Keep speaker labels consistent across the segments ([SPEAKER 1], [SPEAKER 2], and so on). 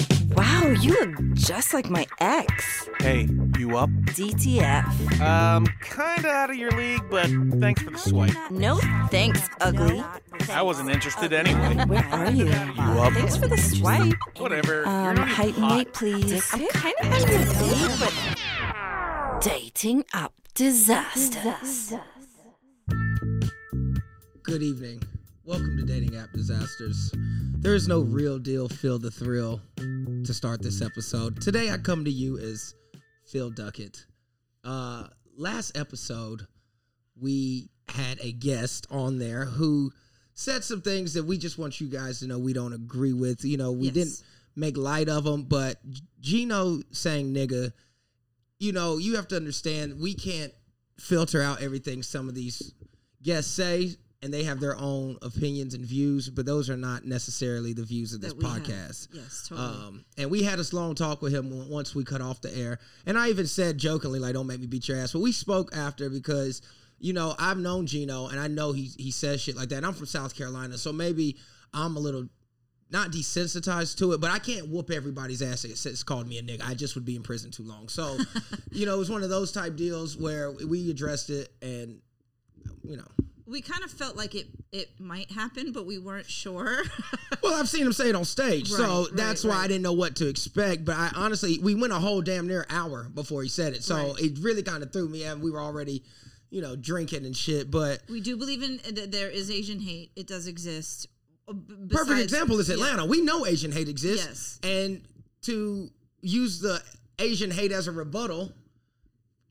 [SPEAKER 1] Ew, you look just like my ex.
[SPEAKER 2] Hey, you up?
[SPEAKER 1] DTF.
[SPEAKER 2] Um, kinda out of your league, but thanks for the swipe.
[SPEAKER 1] No thanks, ugly.
[SPEAKER 2] I wasn't interested anyway.
[SPEAKER 1] Where are you?
[SPEAKER 2] up?
[SPEAKER 1] Thanks for the swipe.
[SPEAKER 2] Whatever. You're
[SPEAKER 1] Um,
[SPEAKER 2] not even
[SPEAKER 1] height and
[SPEAKER 2] hot.
[SPEAKER 1] weight, please. I'm kind of on your date, but dating up disasters.
[SPEAKER 3] Good evening. Welcome to Dating App Disasters. There is no real deal, feel the thrill to start this episode. Today I come to you as Phil Duckett. Uh, last episode, we had a guest on there who said some things that we just want you guys to know we don't agree with. You know, we
[SPEAKER 1] Yes.
[SPEAKER 3] didn't make light of them, but Gino saying nigga, you know, you have to understand we can't filter out everything some of these guests say and they have their own opinions and views, but those are not necessarily the views of this
[SPEAKER 4] that we have.
[SPEAKER 3] podcast.
[SPEAKER 4] Yes, totally.
[SPEAKER 3] Um, and we had this long talk with him w- once we cut off the air. And I even said jokingly, like, don't make me beat your ass. But we spoke after because, you know, I've known Gino and I know he, he says shit like that. And I'm from South Carolina. So maybe I'm a little not desensitized to it, but I can't whoop everybody's ass that says called me a nigga. I just would be in prison too long. So, you know, it was one of those type deals where we addressed it and, you know.
[SPEAKER 4] we kind of felt like it it might happen, but we weren't sure.
[SPEAKER 3] Well, I've seen him say it on stage, so
[SPEAKER 4] Right, right,
[SPEAKER 3] that's why I
[SPEAKER 4] right.
[SPEAKER 3] didn't know what to expect. But I honestly, we went a whole damn near hour before he said it, so
[SPEAKER 4] Right.
[SPEAKER 3] it really kind of threw me. And we were already, you know, drinking and shit. But
[SPEAKER 4] we do believe in that there is Asian hate. It does exist. Uh, b-
[SPEAKER 3] perfect
[SPEAKER 4] besides-
[SPEAKER 3] example is
[SPEAKER 4] yeah.
[SPEAKER 3] Atlanta. We know Asian hate exists,
[SPEAKER 4] Yes.
[SPEAKER 3] and to use the Asian hate as a rebuttal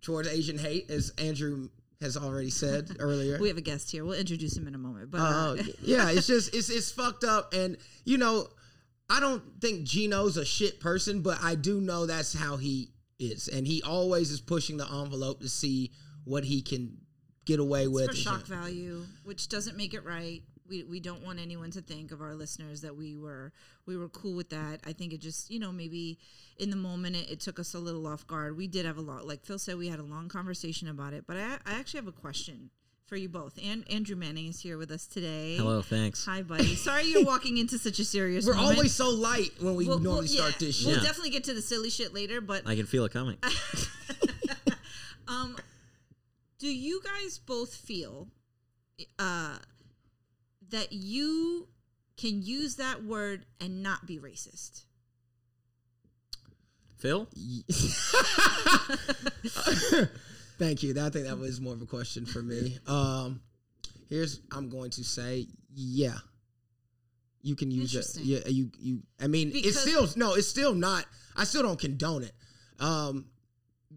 [SPEAKER 3] towards Asian hate, as Andrew has already said earlier,
[SPEAKER 4] We have a guest here. We'll introduce him in a moment. But
[SPEAKER 3] Uh,
[SPEAKER 4] uh,
[SPEAKER 3] yeah, it's just it's it's fucked up, and you know, I don't think Gino's a shit person, but I do know that's how he is, and he always is pushing the envelope to see what he can get away with.
[SPEAKER 4] for
[SPEAKER 3] and
[SPEAKER 4] shock
[SPEAKER 3] shit.
[SPEAKER 4] value, which doesn't make it right. We, we don't want anyone to think of our listeners that we were we were cool with that. I think it just you know maybe in the moment it, it took us a little off guard. We did have a lot, like Phil said, we had a long conversation about it. But I, I actually have a question for you both. And Andrew Manning is here with us today.
[SPEAKER 5] Hello, thanks.
[SPEAKER 4] Hi, buddy. Sorry you're walking into such a serious.
[SPEAKER 3] We're
[SPEAKER 4] moment.
[SPEAKER 3] always so light when we
[SPEAKER 4] We'll-
[SPEAKER 3] normally
[SPEAKER 4] we'll-
[SPEAKER 3] start
[SPEAKER 4] yeah,
[SPEAKER 3] this shit.
[SPEAKER 4] We'll
[SPEAKER 5] Yeah.
[SPEAKER 4] definitely get to the silly shit later, but
[SPEAKER 5] I can feel it coming.
[SPEAKER 4] um, do you guys both feel uh, that you can use that word and not be racist?
[SPEAKER 5] Phil?
[SPEAKER 3] Thank you. I think that was more of a question for me. Um, here's I'm going to say, yeah, you can use it.
[SPEAKER 4] Interesting.
[SPEAKER 3] Yeah, you you. I mean,
[SPEAKER 4] Because-
[SPEAKER 3] it's still no, it's still not. I still don't condone it. Um,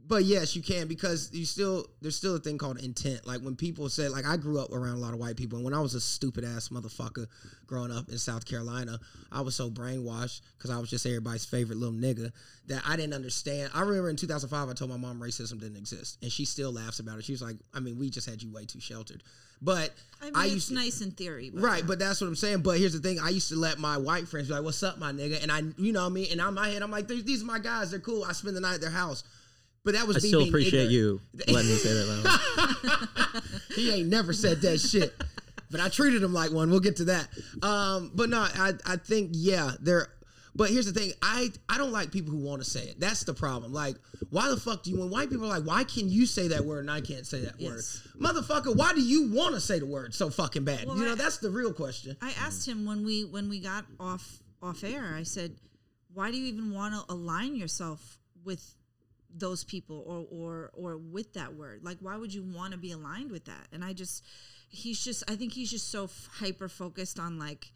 [SPEAKER 3] but yes, you can because you still there's still a thing called intent. Like when people say, like I grew up around a lot of white people, and when I was a stupid ass motherfucker growing up in South Carolina, I was so brainwashed because I was just everybody's favorite little nigga that I didn't understand. I remember in 2005, I told my mom racism didn't exist, and she still laughs about it. She was like, "I mean, we just had you way too sheltered." But
[SPEAKER 4] I
[SPEAKER 3] I,
[SPEAKER 4] mean,
[SPEAKER 3] used
[SPEAKER 4] it's
[SPEAKER 3] to,
[SPEAKER 4] nice in theory, but
[SPEAKER 3] Right, but that's what I'm saying. But here's the thing: I used to let my white friends be like, "What's up, my nigga?" And I, you know, what I mean, and on my head, I'm like, "These these are my guys. They're cool. I spend the night at their house." But that was
[SPEAKER 5] I
[SPEAKER 3] me
[SPEAKER 5] still
[SPEAKER 3] being
[SPEAKER 5] appreciate
[SPEAKER 3] ignorant.
[SPEAKER 5] you letting me say that. Loud.
[SPEAKER 3] He ain't never said that shit. But I treated him like one. We'll get to that. Um, but no, I, I think yeah, there. But here's the thing: I I don't like people who want to say it. That's the problem. Like, why the fuck do you? When white people are like, why can you say that word and I can't say that
[SPEAKER 4] Yes.
[SPEAKER 3] word? Motherfucker, why do you want to say the word so fucking bad?
[SPEAKER 4] Well,
[SPEAKER 3] you know,
[SPEAKER 4] I-
[SPEAKER 3] that's the real question.
[SPEAKER 4] I asked him when we when we got off off air. I said, "Why do you even want to align yourself with those people or or or with that word? Like, why would you want to be aligned with that?" And I just, he's just, I think he's just so f- hyper focused on like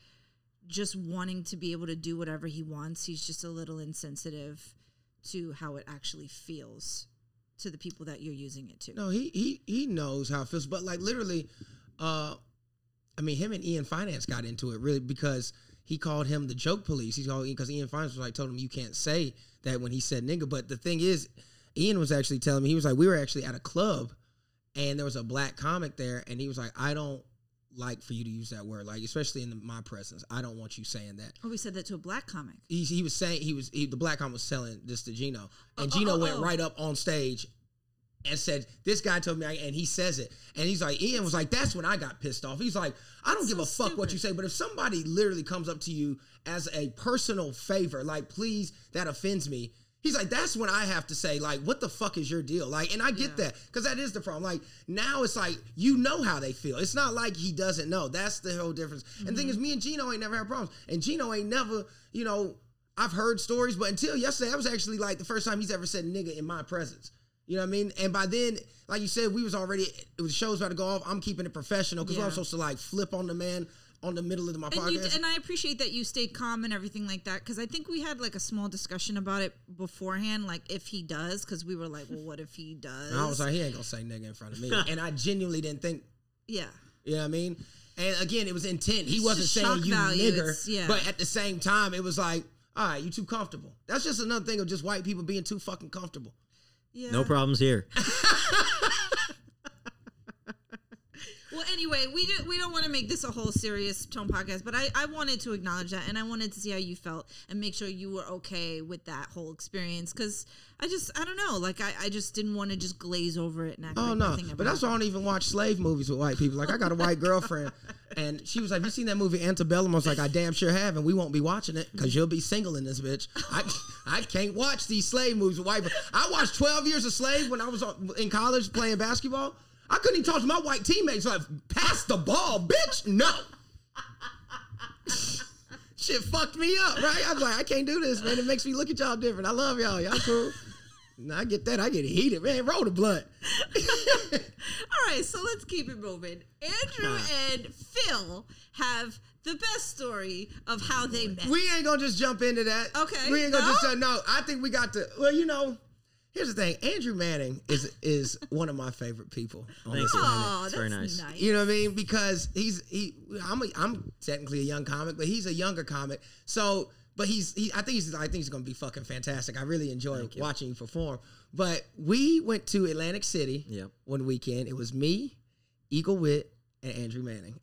[SPEAKER 4] just wanting to be able to do whatever he wants. He's just a little insensitive to how it actually feels to the people that you're using it to.
[SPEAKER 3] No, he he he knows how it feels. But like literally, uh I mean, him and Ian Finance got into it really because he called him the joke police. He called because Ian Finance was like told him you can't say that when he said nigga. But the thing is, Ian was actually telling me he was like we were actually at a club and there was a black comic there and he was like I don't like for you to use that word like especially in the, my presence. I don't want you saying that.
[SPEAKER 4] Oh, we said that to a black comic.
[SPEAKER 3] He, he was saying he was he, the black comic was selling this to Gino and
[SPEAKER 4] Oh, oh,
[SPEAKER 3] Gino
[SPEAKER 4] oh,
[SPEAKER 3] went
[SPEAKER 4] oh.
[SPEAKER 3] right up on stage and said, This guy told me, I, and he says it. And he's like, Ian was like, That's when I got pissed off. He's like, I don't give a fuck what you say, but if somebody literally comes up to you as a personal favor, like, please, that offends me. He's like, that's when I have to say, like, what the fuck is your deal? Like, and I get that because that is the problem. Like, now it's like, you know how they feel. It's not like he doesn't know. That's the whole difference. And thing is,
[SPEAKER 4] Mm-hmm.
[SPEAKER 3] me and Gino ain't never had problems. And Gino ain't never, you know, I've heard stories, but until yesterday, that was actually like the first time he's ever said nigga in my presence. You know what I mean? And by then, like you said, we was already it was show's about to go off. I'm keeping it professional because
[SPEAKER 4] Yeah.
[SPEAKER 3] I'm supposed to like flip on the man on the middle of my
[SPEAKER 4] And, you,
[SPEAKER 3] podcast.
[SPEAKER 4] and I appreciate that you stayed calm and everything like that because I think we had like a small discussion about it beforehand, like if he does, because we were like, well, what if he does?
[SPEAKER 3] And I was like, he ain't gonna say nigga in front of me. and I genuinely didn't think,
[SPEAKER 4] yeah,
[SPEAKER 3] you know what I mean? And again, it was intent. He
[SPEAKER 4] It's
[SPEAKER 3] wasn't
[SPEAKER 4] just
[SPEAKER 3] saying
[SPEAKER 4] shock
[SPEAKER 3] you
[SPEAKER 4] value.
[SPEAKER 3] nigger,
[SPEAKER 4] It's- yeah.
[SPEAKER 3] but at the same time, it was like, all right, you too comfortable. That's just another thing of just white people being too fucking comfortable.
[SPEAKER 4] yeah.
[SPEAKER 5] No problems here.
[SPEAKER 4] Well, anyway, we do, we don't want to make this a whole serious tone podcast, but I, I wanted to acknowledge that and I wanted to see how you felt and make sure you were okay with that whole experience because I just I don't know, like I, I just didn't want to just glaze over it and act
[SPEAKER 3] Oh
[SPEAKER 4] like
[SPEAKER 3] no!
[SPEAKER 4] nothing
[SPEAKER 3] But that's why I
[SPEAKER 4] happened.
[SPEAKER 3] don't even watch slave movies with white people. Like I got a white girlfriend, and she was like, "You seen that movie Antebellum?" I was like, "I damn sure have," and we won't be watching it because you'll be single in this bitch. I I can't watch these slave movies with white people. I watched Twelve Years a Slave when I was on- in college playing basketball. I couldn't even talk to my white teammates. Like, pass the ball, bitch. No. Shit fucked me up, right? I was like, I can't do this, man. It makes me look at y'all different. I love y'all. Y'all cool. Nah, I get that. I get heated, man. Roll the blunt.
[SPEAKER 4] All right, so let's keep it moving. Andrew and Phil have the best story of how they met.
[SPEAKER 3] We ain't gonna just jump into that.
[SPEAKER 4] Okay,
[SPEAKER 3] We ain't gonna
[SPEAKER 4] no?
[SPEAKER 3] just say no. I think we got to. Well, you know, here's the thing. Andrew Manning is is one of my favorite people. on
[SPEAKER 5] Thank
[SPEAKER 3] this
[SPEAKER 5] you.
[SPEAKER 3] planet.
[SPEAKER 4] oh,
[SPEAKER 5] It's
[SPEAKER 4] that's
[SPEAKER 5] very
[SPEAKER 4] nice.
[SPEAKER 5] nice.
[SPEAKER 3] You know what I mean? Because he's he. I'm a, I'm technically a young comic, but he's a younger comic. So, but he's he, I think he's I think he's gonna be fucking fantastic. I really enjoy watching you perform. But we went to Atlantic City.
[SPEAKER 5] Yep.
[SPEAKER 3] One weekend, it was me, Eagle Witt, and Andrew Manning.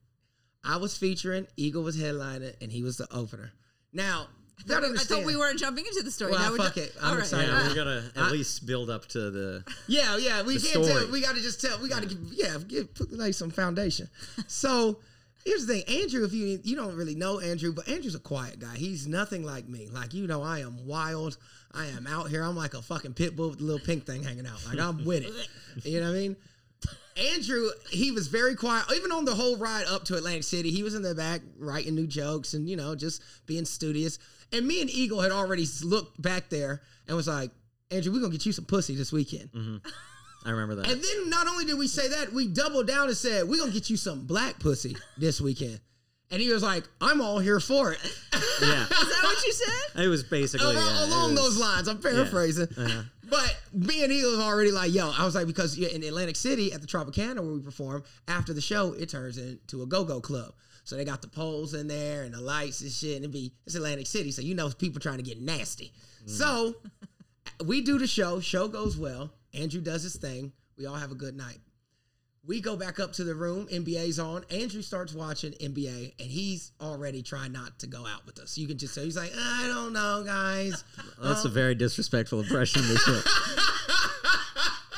[SPEAKER 3] I was featuring. Eagle was headlining, and he was the opener. Now,
[SPEAKER 4] I
[SPEAKER 3] don't
[SPEAKER 4] thought, we, I thought
[SPEAKER 3] understand.
[SPEAKER 4] we weren't jumping into the story.
[SPEAKER 3] Well,
[SPEAKER 4] now we're
[SPEAKER 3] fuck
[SPEAKER 4] ju-
[SPEAKER 3] it. I'm
[SPEAKER 4] all right. Ah,
[SPEAKER 3] excited.
[SPEAKER 5] Yeah,
[SPEAKER 3] I-
[SPEAKER 5] we're gonna at
[SPEAKER 3] I-
[SPEAKER 5] least build up to the.
[SPEAKER 3] Yeah, yeah. We
[SPEAKER 5] The
[SPEAKER 3] can't
[SPEAKER 5] story.
[SPEAKER 3] tell. We got to just tell. We got to give. Yeah, give put like some foundation. so here's the thing, Andrew. If you you don't really know Andrew, but Andrew's a quiet guy. He's nothing like me. Like you know, I am wild. I am out here. I'm like a fucking pit bull with a little pink thing hanging out. Like I'm with it. You know what I mean? Andrew, he was very quiet. Even on the whole ride up to Atlantic City, he was in the back writing new jokes and, you know, just being studious. And me and Eagle had already looked back there and was like, Andrew, we're going to get you some pussy this weekend.
[SPEAKER 5] I remember that.
[SPEAKER 3] And then not only did we say that, we doubled down and said, We're gonna get you some black pussy this weekend. And he was like, I'm all here for it.
[SPEAKER 5] yeah,
[SPEAKER 4] Is that what you said?
[SPEAKER 5] it was basically
[SPEAKER 3] Along,
[SPEAKER 5] Oh, yeah, it
[SPEAKER 3] along
[SPEAKER 5] was-
[SPEAKER 3] those lines, I'm paraphrasing.
[SPEAKER 5] Uh-huh.
[SPEAKER 3] But me and he was already like, yo, I was like, because yeah, in Atlantic City at the Tropicana where we perform, after the show, it turns into a go go club. So they got the poles in there and the lights and shit. And it be, it's Atlantic City. So you know people trying to get nasty.
[SPEAKER 5] Mm-hmm.
[SPEAKER 3] So we do the show. Show goes well. Andrew does his thing. We all have a good night. We go back up to the room. NBA's on. Andrew starts watching NBA, and he's already trying not to go out with us. You can just tell he's like, I don't know, guys.
[SPEAKER 5] That's a very disrespectful impression. They took.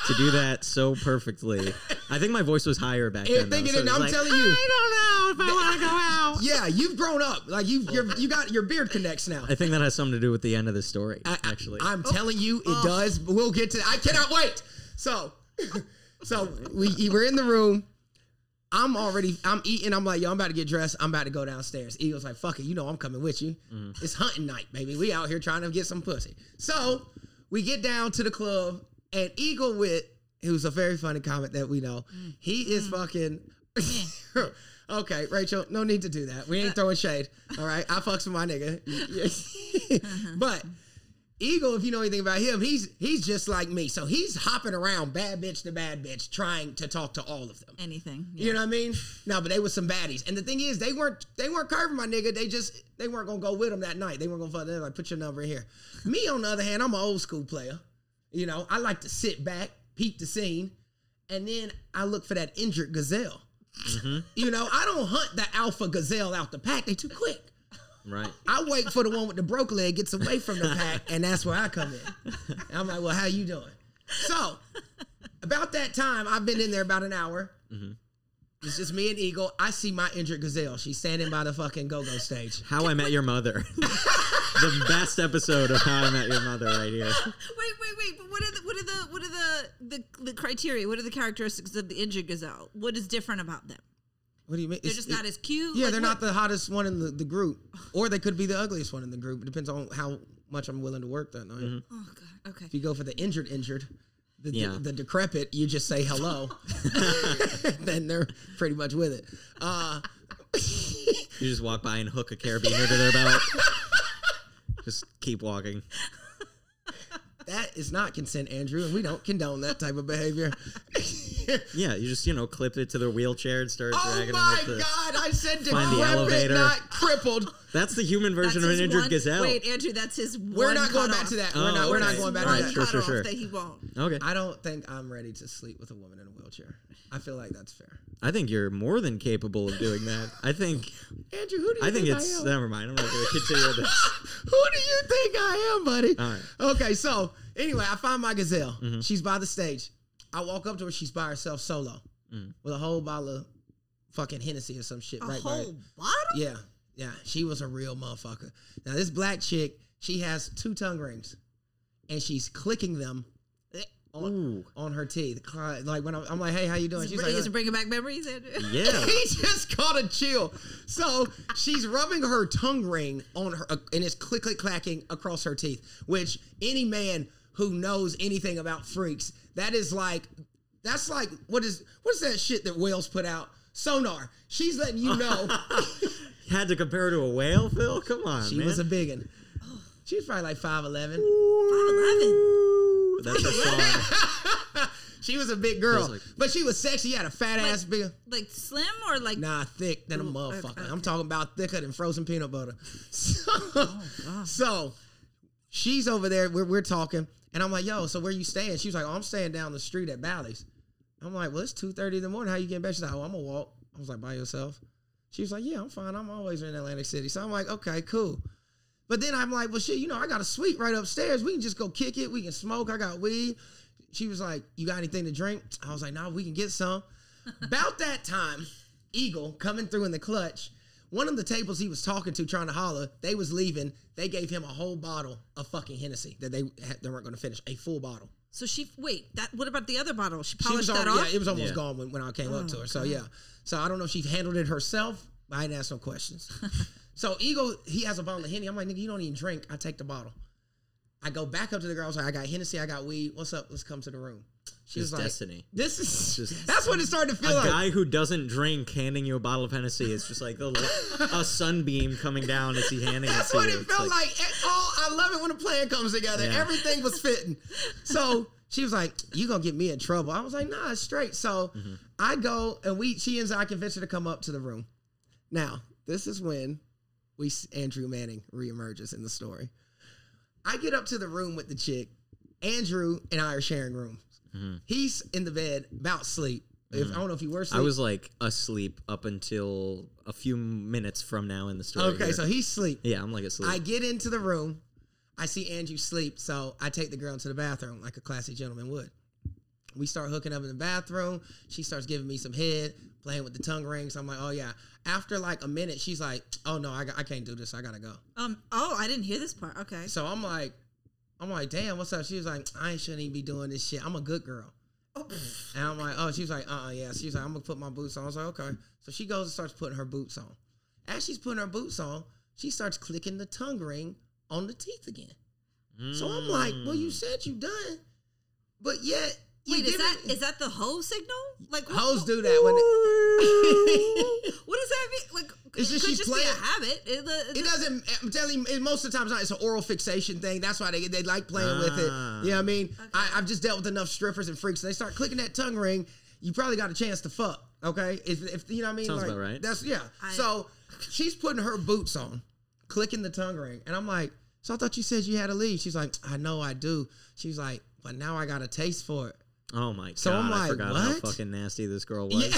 [SPEAKER 5] to do that so perfectly. I think my voice was higher back
[SPEAKER 3] Yeah,
[SPEAKER 5] then. though,
[SPEAKER 3] thinking
[SPEAKER 5] uh, so
[SPEAKER 3] it,
[SPEAKER 5] it was
[SPEAKER 3] I'm
[SPEAKER 5] like,
[SPEAKER 3] telling you.
[SPEAKER 5] I don't know if I want to go out. Oh.
[SPEAKER 3] Yeah, you've grown up. Like you've you're, you got your beard connects now.
[SPEAKER 5] I think that has something to do with the end of the story.
[SPEAKER 3] I- I-
[SPEAKER 5] actually, Oh.
[SPEAKER 3] I'm telling you, it does. But we'll get to. I cannot wait. So, so we we're in the room. I'm already. I'm eating. I'm like, yo, I'm about to get dressed. I'm about to go downstairs. Eagle's like, fuck it. You know, I'm coming with you. It's hunting night, baby. We out here trying to get some pussy. So we get down to the club, and Eagle with who's a very funny comic that we know. He is fucking. Okay, Rachel, no need to do that. We ain't throwing shade. All right. I fucks with my nigga. but Eagle, if you know anything about him, he's he's just like me. So he's hopping around bad bitch to bad bitch, trying to talk to all of them.
[SPEAKER 4] Anything. Yeah.
[SPEAKER 3] You know what I mean? No, but they were some baddies. And the thing is, they weren't they weren't curving my nigga. They just they weren't gonna go with him that night. They weren't gonna fuck them. Like, put your number in here. Me, on the other hand, I'm an old school player. You know, I like to sit back, peep the scene, and then I look for that injured gazelle. You know, I don't hunt the alpha gazelle out the pack. They too quick.
[SPEAKER 5] right.
[SPEAKER 3] I wait for the one with the broke leg gets away from the pack, and that's where I come in. And I'm like, well, how you doing? So About that time, I've been in there about an hour.
[SPEAKER 4] Mm-hmm.
[SPEAKER 5] Mhm.
[SPEAKER 3] It's just me and Eagle. I see my injured gazelle. She's standing by the fucking go go stage.
[SPEAKER 5] How I Met Your Mother. the best episode of How I Met Your Mother right here.
[SPEAKER 4] Wait, wait, wait. But what are the what are the what are the, the the criteria? What are the characteristics of the injured gazelle? What is different about them?
[SPEAKER 3] What do you mean?
[SPEAKER 4] They're
[SPEAKER 3] It's-
[SPEAKER 4] just
[SPEAKER 3] it-
[SPEAKER 4] not as cute.
[SPEAKER 3] Yeah,
[SPEAKER 4] Like,
[SPEAKER 3] they're not
[SPEAKER 4] what-
[SPEAKER 3] the hottest one in the, the group, or they could be the ugliest one in the group. It depends on how much I'm willing to work that night.
[SPEAKER 4] Oh god. Okay.
[SPEAKER 3] If you go for the injured, injured, the, the-
[SPEAKER 5] Yeah.
[SPEAKER 3] the, decrepit, you just say hello, then they're pretty much with it. Uh,
[SPEAKER 5] You just walk by and hook a carabiner to their belt. just keep walking.
[SPEAKER 3] that is not consent, Andrew, and we don't condone that type of behavior.
[SPEAKER 5] Yeah, you just, you know, clip it to their wheelchair and start
[SPEAKER 3] oh
[SPEAKER 5] dragging
[SPEAKER 3] my
[SPEAKER 5] them with the.
[SPEAKER 3] God! I said
[SPEAKER 5] Find the
[SPEAKER 3] decrepit,
[SPEAKER 5] elevator.
[SPEAKER 3] not crippled.
[SPEAKER 5] That's the human
[SPEAKER 4] That's
[SPEAKER 5] version of
[SPEAKER 4] his
[SPEAKER 5] an injured
[SPEAKER 4] one-
[SPEAKER 5] gazelle.
[SPEAKER 4] Wait, Andrew, that's his.
[SPEAKER 3] We're
[SPEAKER 4] one
[SPEAKER 3] not going back
[SPEAKER 4] cutoff.
[SPEAKER 3] to that.
[SPEAKER 5] Oh,
[SPEAKER 3] we're not. We're
[SPEAKER 5] okay.
[SPEAKER 3] not going back
[SPEAKER 5] All
[SPEAKER 3] to
[SPEAKER 5] right,
[SPEAKER 3] that.
[SPEAKER 5] sure, sure,
[SPEAKER 4] cutoff
[SPEAKER 5] sure.
[SPEAKER 4] That he won't.
[SPEAKER 5] Okay. I,
[SPEAKER 3] I don't think I'm ready to sleep with a woman in a wheelchair. I feel like that's fair.
[SPEAKER 5] think you're more than capable of doing that. I think
[SPEAKER 3] Andrew, who do you
[SPEAKER 5] I think
[SPEAKER 3] I
[SPEAKER 5] it's
[SPEAKER 3] am?
[SPEAKER 5] never mind. I'm not going to continue this.
[SPEAKER 3] Who do you think I am, buddy?
[SPEAKER 5] All right.
[SPEAKER 3] Okay, so anyway, I find my gazelle.
[SPEAKER 5] mm-hmm.
[SPEAKER 3] She's by the stage. I walk up to her. She's by herself, solo,
[SPEAKER 5] Mm.
[SPEAKER 3] with a whole bottle of fucking Hennessy or some shit.
[SPEAKER 4] A
[SPEAKER 3] right, right.
[SPEAKER 4] whole bottle.
[SPEAKER 3] Yeah, yeah. She was a real motherfucker. Now this black chick, she has two tongue rings, and she's clicking them on,
[SPEAKER 5] Ooh.
[SPEAKER 3] on her teeth. Cli- Like when I'm, I'm like, "Hey, how you doing?"
[SPEAKER 4] Is
[SPEAKER 3] She's
[SPEAKER 4] it
[SPEAKER 3] like,
[SPEAKER 4] bring- is
[SPEAKER 3] "Uh."
[SPEAKER 4] it bringing back memories, Andrew?
[SPEAKER 5] Yeah.
[SPEAKER 3] he just caught a chill. So she's rubbing her tongue ring on her, uh, and it's click click clacking across her teeth. Which any man who knows anything about freaks, that is like, that's like what is what's that shit that whales put out? Sonar. She's letting you know
[SPEAKER 5] Had to compare to a whale, Phil? Come on,
[SPEAKER 3] she
[SPEAKER 5] man.
[SPEAKER 3] was a biggin. She was probably like five eleven.
[SPEAKER 5] Ooh, That's a song.
[SPEAKER 3] She was a big girl,
[SPEAKER 5] Feels like-
[SPEAKER 3] but she was sexy. She had a fat ass big.
[SPEAKER 4] Like slim or like
[SPEAKER 3] Nah, thick than a motherfucker.
[SPEAKER 4] okay.
[SPEAKER 3] I'm talking about thicker than frozen peanut butter. So,
[SPEAKER 4] Oh,
[SPEAKER 3] so she's over there. We're, we're talking, and I'm like, "Yo, so where you staying?" She was like, "Oh, I'm staying down the street at Bally's." I'm like, "Well, it's two thirty in the morning. How you getting back?" She's like, "Oh, I'm gonna walk." I was like, "By yourself?" She was like, "Yeah, I'm fine. I'm always in Atlantic City." So I'm like, "Okay, cool." But then I'm like, well, shit, you know, I got a suite right upstairs. We can just go kick it. We can smoke. I got weed. She was like, you got anything to drink? I was like, nah, we can get some. About that time, Eagle coming through in the clutch. One of the tables he was talking to, trying to holler, they was leaving. They gave him a whole bottle of fucking Hennessy that they had- they weren't going to finish, a full bottle.
[SPEAKER 4] so she wait that what about the other bottle she
[SPEAKER 3] She
[SPEAKER 4] polished
[SPEAKER 3] was already,
[SPEAKER 4] that off Oh,
[SPEAKER 3] yeah, it was almost
[SPEAKER 5] Yeah.
[SPEAKER 3] gone when, when I came up to her. So yeah, so I don't know if she handled it herself. But I didn't ask no questions. so Eagle, he has a bottle of Henny. I'm like, nigga, you don't even drink. I take the bottle. I go back up to the girl. I was like, I got Hennessy. I got weed. What's up? Let's come to the room. She was
[SPEAKER 5] Just
[SPEAKER 3] like,
[SPEAKER 5] destiny.
[SPEAKER 3] This is
[SPEAKER 5] Just-
[SPEAKER 3] that's what it started to
[SPEAKER 5] A
[SPEAKER 3] feel like.
[SPEAKER 5] guy who doesn't drink handing you a bottle of Hennessy is just like the, a sunbeam coming down as he handing
[SPEAKER 3] That's
[SPEAKER 5] it to
[SPEAKER 3] what
[SPEAKER 5] you.
[SPEAKER 3] it
[SPEAKER 5] It's
[SPEAKER 3] felt like. It- Oh, I love it when a plan comes together.
[SPEAKER 5] Yeah.
[SPEAKER 3] Everything was fitting. So she was like, "You gonna get me in trouble?" I was like, "Nah, it's straight." So
[SPEAKER 5] Mm-hmm.
[SPEAKER 3] I go and we. She ends. I convince her to come up to the room. Now this is when we s- Andrew Manning reemerges in the story. I get up to the room with the chick. Andrew and I are sharing rooms. He's in the bed, about sleep. If I don't know if you were
[SPEAKER 5] Mm-hmm. I
[SPEAKER 3] sleep.
[SPEAKER 5] was like asleep up until a few minutes from now in the story.
[SPEAKER 3] okay,
[SPEAKER 5] here.
[SPEAKER 3] so he's sleep.
[SPEAKER 5] yeah, I'm like asleep.
[SPEAKER 3] I get into the room. I see Andrew sleep, so I take the girl into the bathroom like a classy gentleman would. We start hooking up in the bathroom. She starts giving me some head, playing with the tongue rings. I'm like, oh yeah. After like a minute, she's like, oh no, I, got- I can't do this. I gotta go.
[SPEAKER 4] um oh I didn't hear this part okay
[SPEAKER 3] So I'm like, I'm like, damn, what's up? She was like, I ain't shouldn't even be doing this shit. I'm a good girl. And I'm like, oh, she was like, uh uh yeah. She was like, I'm gonna put my boots on. I was like, okay. So she goes and starts putting her boots on. As she's putting her boots on, she starts clicking the tongue ring on the teeth again. So I'm like, well,
[SPEAKER 5] Mm.
[SPEAKER 3] you said you done, but yet you
[SPEAKER 4] wait is
[SPEAKER 3] giving-
[SPEAKER 4] that is that the hoe signal like what-
[SPEAKER 3] hoes
[SPEAKER 4] what-
[SPEAKER 3] do that when it,
[SPEAKER 4] what does that mean like
[SPEAKER 3] It's just
[SPEAKER 4] it could
[SPEAKER 3] she's
[SPEAKER 4] just be
[SPEAKER 3] playing-
[SPEAKER 4] a habit it, the-
[SPEAKER 3] it doesn't. I'm telling you, most of the times it's an oral fixation thing. That's why they they like playing with it.
[SPEAKER 5] Ah.
[SPEAKER 3] You know what I mean? I, I've just dealt with enough strippers and freaks. they start clicking that tongue ring. You probably got a chance to fuck. Okay, if, if you know what I mean.
[SPEAKER 5] Sounds
[SPEAKER 3] like,
[SPEAKER 5] about right.
[SPEAKER 3] That's yeah.
[SPEAKER 4] I-
[SPEAKER 3] so she's putting her boots on, clicking the tongue ring, and I'm like, so I thought you said you had to leave. She's like, I know I do. She's like, but now I got a taste for it.
[SPEAKER 5] oh my god!
[SPEAKER 3] So I'm
[SPEAKER 5] I
[SPEAKER 3] like,
[SPEAKER 5] forgot how
[SPEAKER 3] what?
[SPEAKER 5] fucking nasty this girl was.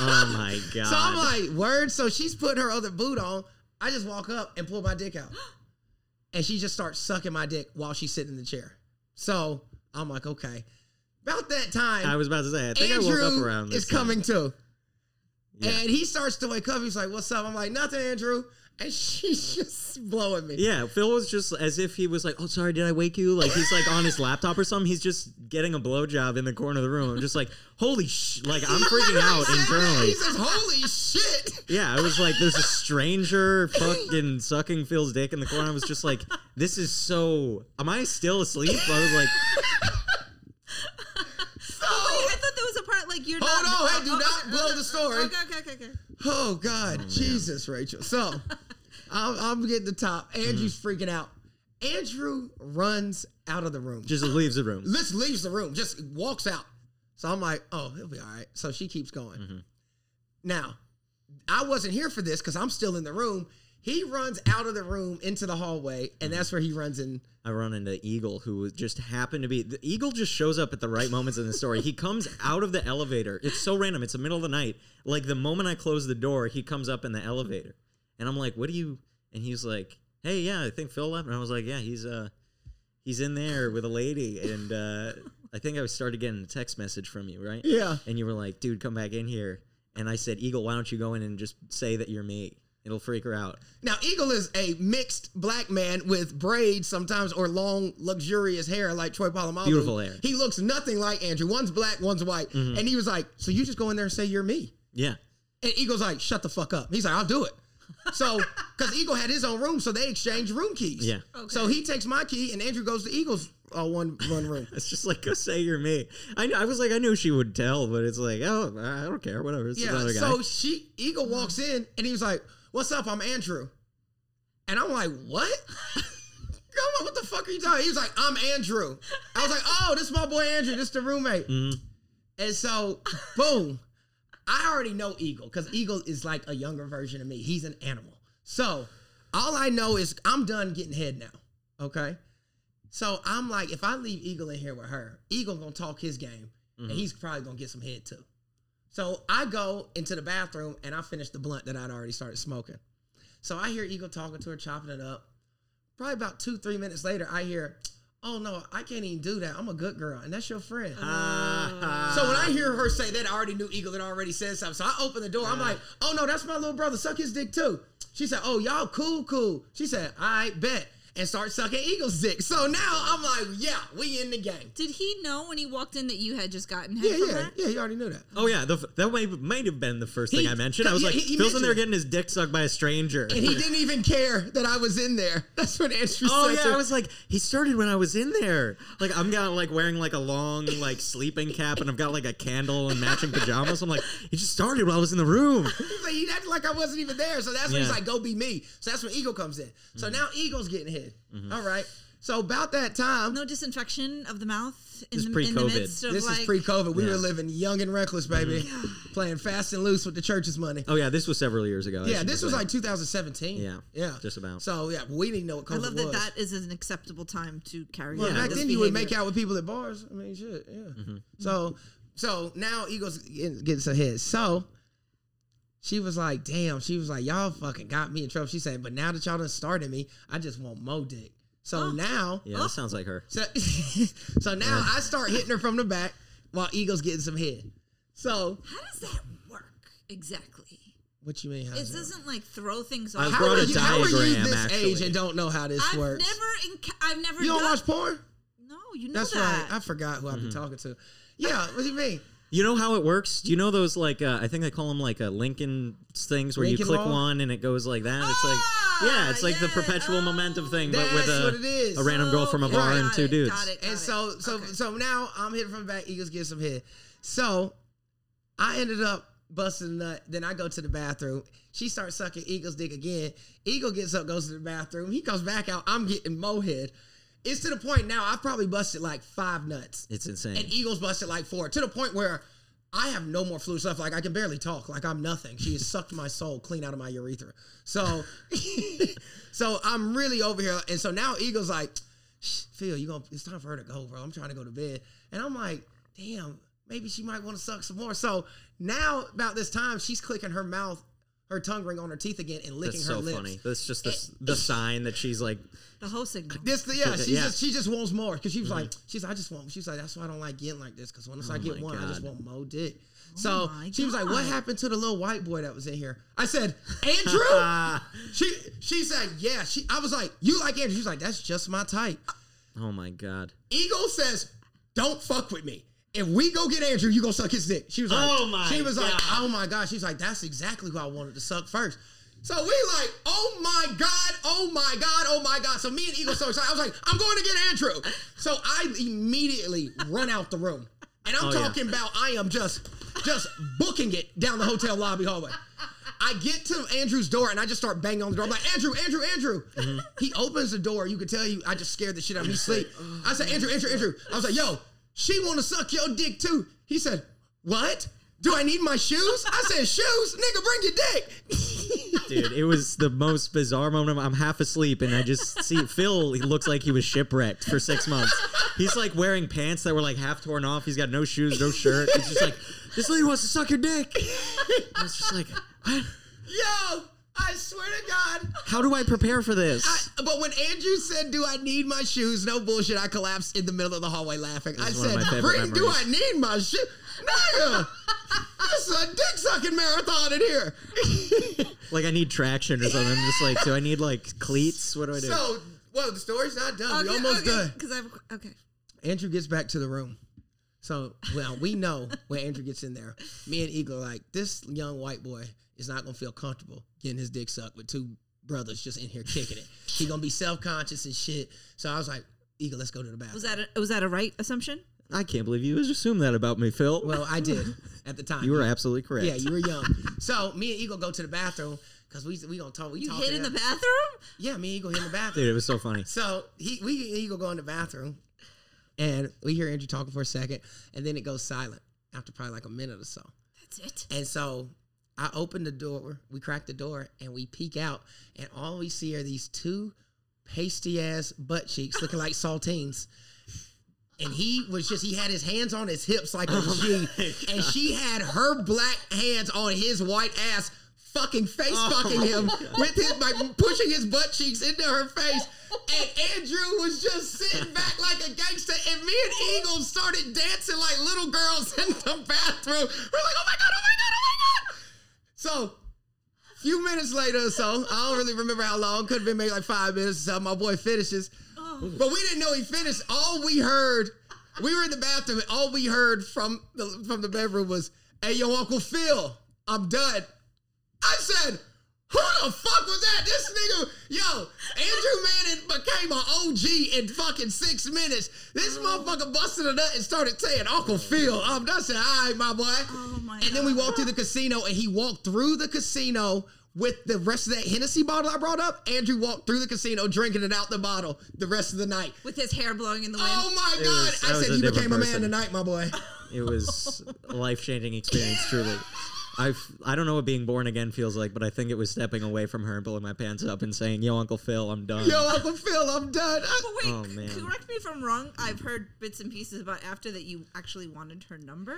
[SPEAKER 5] oh my god!
[SPEAKER 3] So I'm like, word. So she's putting her other boot on. I just walk up and pull my dick out. And she just starts sucking my dick while she's sitting in the chair. So I'm like, okay. About that time,
[SPEAKER 5] I was about to say. I think
[SPEAKER 3] Andrew
[SPEAKER 5] I woke up around. This
[SPEAKER 3] is coming too.
[SPEAKER 5] Yeah.
[SPEAKER 3] And he starts to wake up. He's like, "What's up?" I'm like, "Nothing, Andrew." And she's just blowing me.
[SPEAKER 5] Yeah, Phil was just as if he was like, "Oh, sorry, did I wake you?" Like he's like on his laptop or something. He's just getting a blowjob in the corner of the room. I'm just like, "Holy sh!" Like I'm freaking out
[SPEAKER 3] He said that.
[SPEAKER 5] internally.
[SPEAKER 3] He says, "Holy shit!"
[SPEAKER 5] Yeah, I was like, "There's a stranger fucking sucking Phil's dick in the corner." I was just like, "This is so." Am I still asleep? I was like,
[SPEAKER 4] Oh, wait, I thought there was a part like you're
[SPEAKER 3] Hold
[SPEAKER 4] not. Oh,
[SPEAKER 3] on, hey, do not blow the story.
[SPEAKER 4] Okay, okay, okay, okay.
[SPEAKER 3] Oh God, Jesus, Rachel. So I'm, I'm getting the top. Andrew's freaking out. Andrew runs out of the room. Just
[SPEAKER 5] just leaves the room.
[SPEAKER 3] Liz leaves the room. Just walks out. So I'm like, oh, he'll be all right. So she keeps going. Now, I wasn't here for this because I'm still in the room. He runs out of the room into the hallway, and that's where he runs in.
[SPEAKER 5] I run into Eagle, who was- just happened to be. The Eagle just shows up at the right moments in the story. He comes out of the elevator. It's so random. It's the middle of the night. Like the moment I close the door, he comes up in the elevator, and I'm like, "What do you?" And he's like, "Hey, yeah, I think Phil left." And I was like, "Yeah, he's uh, he's in there with a lady." And uh, I think I started getting a text message from you, right?
[SPEAKER 3] Yeah.
[SPEAKER 5] And you were like, "Dude, come back in here." And I said, "Eagle, why don't you go in and just say that you're me? It'll freak her out."
[SPEAKER 3] Now, Eagle is a mixed black man with braids sometimes or long, luxurious hair like Troy Polamalu.
[SPEAKER 5] Beautiful hair. Mm-hmm.
[SPEAKER 3] He looks nothing like Andrew. One's black, one's white. And he was like, So you just go in there and say you're me.
[SPEAKER 5] Yeah.
[SPEAKER 3] And Eagle's like, Shut the fuck up. He's like, I'll do it. So, because Eagle had his own room, so they exchanged room keys.
[SPEAKER 5] Yeah.
[SPEAKER 3] So he takes my key and Andrew goes to Eagle's uh, one, one room.
[SPEAKER 5] It's just like go say you're me. I kn- I was like I knew she would tell, but it's like oh I don't care, whatever. It's
[SPEAKER 3] yeah.
[SPEAKER 5] another guy.
[SPEAKER 3] So she, Eagle walks in and he was like, What's up? I'm Andrew. And I'm like, What? Come on, what the fuck are you talking? He was like, I'm Andrew. I was like, oh, this is my boy Andrew, this the roommate.
[SPEAKER 5] Mm-hmm.
[SPEAKER 3] And so, boom, I already know Eagle because Eagle is like a younger version of me. He's an animal. So all I know is I'm done getting head now. Okay. So I'm like, if I leave Eagle in here with her, Eagle gonna talk his game, and he's probably gonna get some head too. So I go into the bathroom and I finish the blunt that I'd already started smoking. So I hear Eagle talking to her, chopping it up. Probably about two, three minutes later, I hear, "Oh no, I can't even do that. I'm a good girl, and that's your friend." So when I hear her say that, I already knew Eagle had already said something. So I open the door. I'm like, oh no, that's my little brother. Suck his dick too. She said, oh, y'all cool, cool. She said, I bet. And start sucking Eagle's dick. So now I'm like, yeah, we in the game.
[SPEAKER 4] Did he know when he walked in that you had just gotten head
[SPEAKER 3] Yeah,
[SPEAKER 4] from
[SPEAKER 3] yeah,
[SPEAKER 4] her?
[SPEAKER 3] yeah. You already knew that.
[SPEAKER 5] oh yeah, the, f- that might might have been the first
[SPEAKER 3] He-
[SPEAKER 5] thing I mentioned. I was
[SPEAKER 3] yeah,
[SPEAKER 5] like
[SPEAKER 3] he- he
[SPEAKER 5] Phil's in
[SPEAKER 3] mentioned
[SPEAKER 5] there
[SPEAKER 3] it.
[SPEAKER 5] getting his dick sucked by a stranger.
[SPEAKER 3] And he didn't even care that I was in there. That's what Andrew
[SPEAKER 5] Oh
[SPEAKER 3] said.
[SPEAKER 5] yeah,
[SPEAKER 3] to-
[SPEAKER 5] I was like, he started when I was in there. Like I'm got like wearing like a long like sleeping cap, and I've got like a candle and matching pajamas. I'm like, he just started while I was in the room.
[SPEAKER 3] He's like, he acted like I wasn't even there. So that's when he's
[SPEAKER 5] Yeah.
[SPEAKER 3] like,
[SPEAKER 5] Mm-hmm.
[SPEAKER 3] go be me. So that's when Eagle comes in. So now Eagle's getting hit. All right. So about that time,
[SPEAKER 4] No disinfection of the mouth in,
[SPEAKER 5] This
[SPEAKER 4] the, in the
[SPEAKER 5] pre-COVID.
[SPEAKER 4] midst of
[SPEAKER 3] This
[SPEAKER 4] like.
[SPEAKER 3] is pre-COVID. We
[SPEAKER 5] Yeah.
[SPEAKER 3] were living young and reckless, baby, playing fast and loose with the church's money.
[SPEAKER 5] Oh yeah, this was several years ago. I
[SPEAKER 3] yeah,
[SPEAKER 5] should
[SPEAKER 3] this
[SPEAKER 5] just
[SPEAKER 3] was
[SPEAKER 5] say.
[SPEAKER 3] like 2017.
[SPEAKER 5] Yeah,
[SPEAKER 3] yeah,
[SPEAKER 5] just about.
[SPEAKER 3] So yeah, we didn't know what COVID
[SPEAKER 4] I love that
[SPEAKER 3] was.
[SPEAKER 4] that is an acceptable time to carry
[SPEAKER 3] well,
[SPEAKER 4] on.
[SPEAKER 3] back
[SPEAKER 4] this
[SPEAKER 3] then you would make
[SPEAKER 4] behavior.
[SPEAKER 3] out with people at bars. I mean, shit, yeah.
[SPEAKER 5] Mm-hmm.
[SPEAKER 3] So, so now Eagles getting, getting some heads. So she was like, "Damn," she was like, "Y'all fucking got me in trouble." She said, "But now that y'all done started me, I just want mo dick." So now,
[SPEAKER 5] yeah, that sounds like her.
[SPEAKER 3] So, so now I start hitting her from the back while Eagles getting some head. So
[SPEAKER 4] How does that work exactly?
[SPEAKER 3] What you mean? How
[SPEAKER 4] It
[SPEAKER 3] does it work?
[SPEAKER 4] doesn't like throw things
[SPEAKER 5] I
[SPEAKER 4] off.
[SPEAKER 5] brought
[SPEAKER 3] are
[SPEAKER 5] a
[SPEAKER 3] you, how are you
[SPEAKER 5] diagram,
[SPEAKER 3] this
[SPEAKER 5] actually.
[SPEAKER 3] age and don't know how this
[SPEAKER 4] I've
[SPEAKER 3] works?
[SPEAKER 4] never, enc- I've never.
[SPEAKER 3] you don't
[SPEAKER 4] done-
[SPEAKER 3] watch porn?
[SPEAKER 4] No, you know
[SPEAKER 3] That's
[SPEAKER 4] that.
[SPEAKER 3] right. I forgot who I've been talking to. Yeah, what do you mean?
[SPEAKER 5] You know how it works? Do you know those like uh, I think they call them like uh, Lincoln things where you
[SPEAKER 3] Lincoln
[SPEAKER 5] click
[SPEAKER 3] Log?
[SPEAKER 5] one and it goes like that? It's
[SPEAKER 4] Ah,
[SPEAKER 5] like yeah, it's like the
[SPEAKER 4] yeah,
[SPEAKER 5] perpetual
[SPEAKER 4] oh.
[SPEAKER 5] momentum thing, but with
[SPEAKER 3] That's what it is.
[SPEAKER 5] a, a random girl from a
[SPEAKER 4] Okay,
[SPEAKER 5] bar
[SPEAKER 4] Oh, got
[SPEAKER 5] and two
[SPEAKER 4] it,
[SPEAKER 5] dudes.
[SPEAKER 4] Got it, got
[SPEAKER 3] And
[SPEAKER 4] it.
[SPEAKER 3] so, so,
[SPEAKER 4] Okay.
[SPEAKER 3] so now I'm hitting from the back. Eagles get some head. So I ended up busting a nut. Then I go to the bathroom. She starts sucking Eagle's dick again. Eagle gets up, goes to the bathroom. He comes back out. I'm getting mo head. It's to the point now. I've probably busted like five nuts.
[SPEAKER 5] It's insane.
[SPEAKER 3] and Eagles busted like four to the point where I have no more fluid stuff. Like I can barely talk. Like I'm nothing. She has sucked my soul clean out of my urethra. So, so I'm really over here. And so now Eagles like, Shh, Phil, you gonna? It's time for her to go, bro. I'm trying to go to bed. And I'm like, damn, maybe she might want to suck some more. So now about this time, she's clicking her mouth her tongue ring on her teeth again and licking
[SPEAKER 5] That's
[SPEAKER 3] her
[SPEAKER 5] so
[SPEAKER 3] lips.
[SPEAKER 5] funny. That's just the, s- the sign that she's like,
[SPEAKER 4] The whole signal.
[SPEAKER 3] This the yeah, she
[SPEAKER 5] Yeah. Mm-hmm.
[SPEAKER 3] just she just wants more because she was like she's I just want she's like that's why I don't like getting like this because once I get
[SPEAKER 5] Oh my
[SPEAKER 3] one I just
[SPEAKER 5] God. Oh
[SPEAKER 3] want more dick. So
[SPEAKER 4] my
[SPEAKER 3] she was like, "What
[SPEAKER 4] God.
[SPEAKER 3] happened to the little white boy that was in here?" I said, "Andrew."
[SPEAKER 5] "Ah."
[SPEAKER 3] she she said, "Yeah." She I was like, "You like Andrew?" She was like, "That's just my type."
[SPEAKER 5] oh my god.
[SPEAKER 3] Eagle says, "Don't fuck with me. If we go get Andrew, you gonna suck his dick." She was like,
[SPEAKER 5] Oh my
[SPEAKER 3] She was like,
[SPEAKER 5] God.
[SPEAKER 3] "Oh my god." She's like, "That's exactly who I wanted to suck first. So we like, "Oh my god, oh my god, oh my god." So me and Eagle so excited. I was like, "I'm going to get Andrew." So I immediately run out the room, and I'm
[SPEAKER 5] Oh, yeah.
[SPEAKER 3] talking about I am just, just booking it down the hotel lobby hallway. I get to Andrew's door and I just start banging on the door. I'm like, Andrew, Andrew, Andrew.
[SPEAKER 5] Mm-hmm.
[SPEAKER 3] He opens the door. You could tell you, I just scared the shit out of me. Sleep. I said, Andrew, Andrew, Andrew. I was like, yo, she want to suck your dick too. He said, what? Do I need my shoes? I said, shoes? Nigga, bring your dick.
[SPEAKER 5] Dude, it was the most bizarre moment. I'm half asleep and I just see Phil. He looks like he was shipwrecked for six months. He's like wearing pants that were like half torn off. He's got no shoes, no shirt. It's just like this lady wants to suck your dick. I was just like, what?
[SPEAKER 3] yo, I swear to God.
[SPEAKER 5] How do I prepare for this?
[SPEAKER 3] I- but when Andrew said, "Do I need my shoes?" No bullshit. I collapsed in the middle of the hallway laughing. I
[SPEAKER 5] is one of
[SPEAKER 3] said,
[SPEAKER 5] my favorite
[SPEAKER 3] "Bring, do I
[SPEAKER 5] memories."
[SPEAKER 3] need my shoes?" Nigga, this is a dick sucking marathon in here.
[SPEAKER 5] Like I need traction or something. I'm just like, do I need like cleats? What do I do?
[SPEAKER 3] so, well, the story's not done.
[SPEAKER 4] Okay,
[SPEAKER 3] we almost
[SPEAKER 4] okay,
[SPEAKER 3] done.
[SPEAKER 4] 'cause I have a qu- okay.
[SPEAKER 3] Andrew gets back to the room. So, well, we know when Andrew gets in there, me and Eagle are like, this young white boy is not gonna feel comfortable getting his dick sucked with two brothers just in here kicking it. He gonna be self conscious and shit. So I was like, Eagle, let's go to the bathroom.
[SPEAKER 4] Was that a, was that a right assumption?
[SPEAKER 5] I can't believe you assumed that about me, Phil.
[SPEAKER 3] Well, I did at the time.
[SPEAKER 5] you were absolutely correct.
[SPEAKER 3] yeah, you were young. So me and Eagle go to the bathroom because we we gonna talk. We
[SPEAKER 4] You
[SPEAKER 3] talk
[SPEAKER 4] hid
[SPEAKER 3] it
[SPEAKER 4] in the
[SPEAKER 3] out.
[SPEAKER 4] bathroom?
[SPEAKER 3] Yeah, me and Eagle hit in the bathroom.
[SPEAKER 5] Dude, it was so funny.
[SPEAKER 3] So he we and Eagle go in the bathroom, and we hear Andrew talking for a second, and then it goes silent after probably like a minute or so.
[SPEAKER 4] That's it.
[SPEAKER 3] And so I open the door, we crack the door, and we peek out, and all we see are these two pasty ass butt cheeks looking like saltines. And he was just, he had his hands on his hips like a G. And she had her black hands on his white ass, fucking face fucking him with his, like pushing his butt cheeks into her face. And Andrew was just sitting back like a gangster. And me and Eagle started dancing like little girls in the bathroom. We're like, oh my God, oh my God, oh my God. So few minutes later or so, I don't really remember how long, could have been maybe like five minutes or something. My boy finishes. But we didn't know he finished. All we heard, we were in the bathroom, and all we heard from the from the bedroom was, hey yo, Uncle Phil, I'm done. I said, who the fuck was that? This nigga, yo, Andrew Manning became an OG in fucking six minutes. This motherfucker busted a nut and started saying, Uncle Phil, I'm done. I said, all right, my boy.
[SPEAKER 4] Oh my
[SPEAKER 3] And then we
[SPEAKER 4] God.
[SPEAKER 3] walked through the casino, and he walked through the casino with the rest of that Hennessy bottle I brought up. Andrew walked through the casino drinking it out the bottle the rest of the night.
[SPEAKER 4] With his hair blowing in the wind.
[SPEAKER 3] Oh my
[SPEAKER 5] It
[SPEAKER 3] God!
[SPEAKER 5] was- that
[SPEAKER 3] I
[SPEAKER 5] was
[SPEAKER 3] said
[SPEAKER 5] a
[SPEAKER 3] you
[SPEAKER 5] different
[SPEAKER 3] became a man
[SPEAKER 5] person.
[SPEAKER 3] tonight, my boy.
[SPEAKER 5] It was a life changing experience, truly. I've, I don't know what being born again feels like, but I think it was stepping away from her and pulling my pants up and saying, Yo, Uncle Phil, I'm done.
[SPEAKER 3] Yo, Uncle Phil, I'm done. I-
[SPEAKER 4] But wait,
[SPEAKER 5] Oh,
[SPEAKER 4] c-
[SPEAKER 5] man.
[SPEAKER 4] correct me if I'm wrong.
[SPEAKER 3] Mm.
[SPEAKER 4] I've heard bits and pieces about after that you actually wanted her number.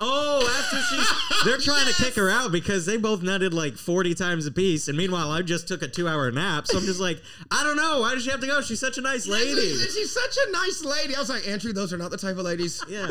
[SPEAKER 5] Oh, after she's. They're trying to kick her out because they both nutted like 40 times apiece. And meanwhile, I just took a two hour nap. So I'm just like, I don't know. Why does she have to go? She's such a nice lady.
[SPEAKER 3] She's, she's such a nice lady. I was like, Andrew, those are not the type of ladies.
[SPEAKER 5] Yeah.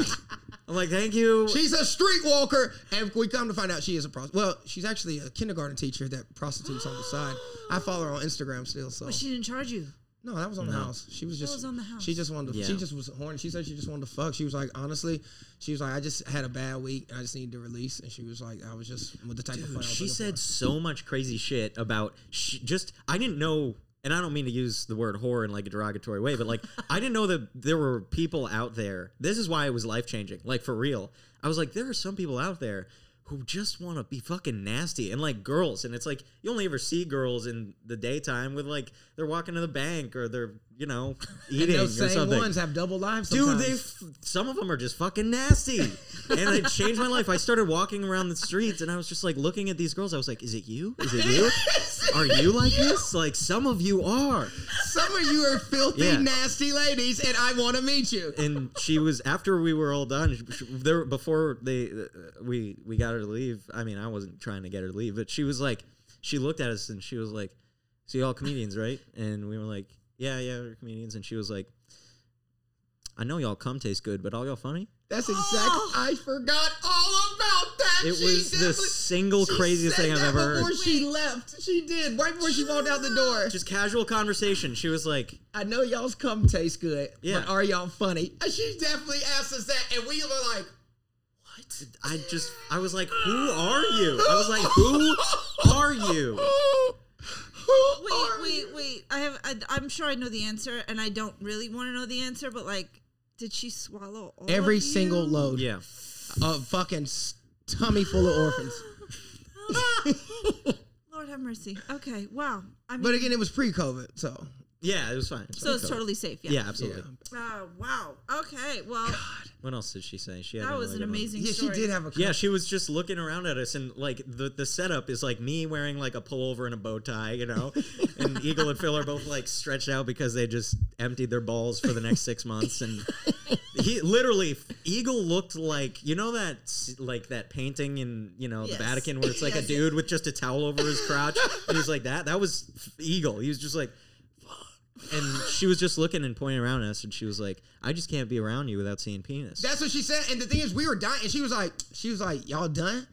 [SPEAKER 5] I'm like, Thank you.
[SPEAKER 3] She's a street walker, and we come to find out she is a prostitute. Well, she's actually a kindergarten teacher that prostitutes on the side. I follow her on Instagram still. So
[SPEAKER 4] But she didn't charge you.
[SPEAKER 3] No, that was on the house. She was just
[SPEAKER 4] was on the house.
[SPEAKER 3] She just wanted to.
[SPEAKER 5] Yeah.
[SPEAKER 3] She just was horny. She said she just wanted to fuck. She was like, honestly, she was like, I just had a bad week and I just needed to release. And she was like, I was just with the type of fun. I
[SPEAKER 5] Dude,
[SPEAKER 3] was
[SPEAKER 5] she
[SPEAKER 3] looking
[SPEAKER 5] said
[SPEAKER 3] for.
[SPEAKER 5] so much crazy shit about sh just I didn't know and I don't mean to use the word whore in like a derogatory way, but like I didn't know that there were people out there. This is why it was life changing. Like for real. I was like there are some people out there who just want to be fucking nasty and like girls and it's like you only ever see girls in the daytime with like they're walking to the bank or they're, you know,
[SPEAKER 3] And
[SPEAKER 5] eating
[SPEAKER 3] those
[SPEAKER 5] or
[SPEAKER 3] same
[SPEAKER 5] something.
[SPEAKER 3] ones have double lives.
[SPEAKER 5] Dude, they
[SPEAKER 3] sometimes.
[SPEAKER 5] f- some of them are just fucking nasty, and it changed my life. I started walking around the streets, and I was just like looking at these girls. I was like, "Is it you? Is it you?" Are you like this? Like some of you are.
[SPEAKER 3] Some of you are filthy,
[SPEAKER 5] Yeah.
[SPEAKER 3] nasty ladies, and I want to meet you.
[SPEAKER 5] and she was after we were all done sh- sh- there before they uh, we we got her to leave i mean i wasn't trying to get her to leave but she was like she looked at us and she was like so you all comedians right and we were like yeah yeah we're comedians and she was like i know y'all come taste good but all y'all funny
[SPEAKER 3] That's exact.
[SPEAKER 4] Oh.
[SPEAKER 3] I forgot all about that.
[SPEAKER 5] it
[SPEAKER 3] She
[SPEAKER 5] was the
[SPEAKER 3] definitely-
[SPEAKER 5] single
[SPEAKER 3] she
[SPEAKER 5] craziest
[SPEAKER 3] said
[SPEAKER 5] thing i've
[SPEAKER 3] that
[SPEAKER 5] ever heard
[SPEAKER 3] Before she left, she did. Right before she walked out the door,
[SPEAKER 5] just casual conversation she was like
[SPEAKER 3] I know y'all's cum tastes good,
[SPEAKER 5] Yeah.
[SPEAKER 3] but are y'all funny? And She definitely asked us that, and we were like, "What?"
[SPEAKER 5] i just i was like who are you i was like who are you
[SPEAKER 3] Who
[SPEAKER 4] Wait,
[SPEAKER 3] are
[SPEAKER 4] wait,
[SPEAKER 3] you?
[SPEAKER 4] wait. I have. I, I'm sure I know the answer, and I don't really want to know the answer. But like, did she swallow all
[SPEAKER 3] Every
[SPEAKER 4] of
[SPEAKER 3] single
[SPEAKER 4] you?
[SPEAKER 3] load
[SPEAKER 5] yeah
[SPEAKER 3] of fucking s- tummy full of orphans.
[SPEAKER 4] Lord have mercy. Okay. Wow. I mean,
[SPEAKER 3] But again, it was pre-COVID, so
[SPEAKER 5] yeah it was fine
[SPEAKER 4] so it's totally safe. Yeah.
[SPEAKER 5] yeah absolutely
[SPEAKER 4] Uh, wow. Okay. Well,
[SPEAKER 5] What else did she say? She had
[SPEAKER 4] that
[SPEAKER 5] another
[SPEAKER 4] was an
[SPEAKER 5] good one.
[SPEAKER 4] amazing.
[SPEAKER 3] yeah, she
[SPEAKER 4] story.
[SPEAKER 3] did have a.
[SPEAKER 5] Yeah, she was just looking around at us, and like the the setup is like me wearing like a pullover and a bow tie, you know, and Eagle and Phil are both like stretched out because they just emptied their balls for the next six months, and he literally Eagle looked like you know that s- like that painting in you know
[SPEAKER 4] Yes.
[SPEAKER 5] the Vatican where it's like a
[SPEAKER 4] Yes.
[SPEAKER 5] dude with just a towel over his crotch, and he's like that. That was Eagle. He was just like. "Fuck." And she was just looking and pointing around at us, and she was like, "I just can't be around you without seeing penis."
[SPEAKER 3] That's what she said. And the thing is, we were dying, and she was like, she was like, "Y'all done?"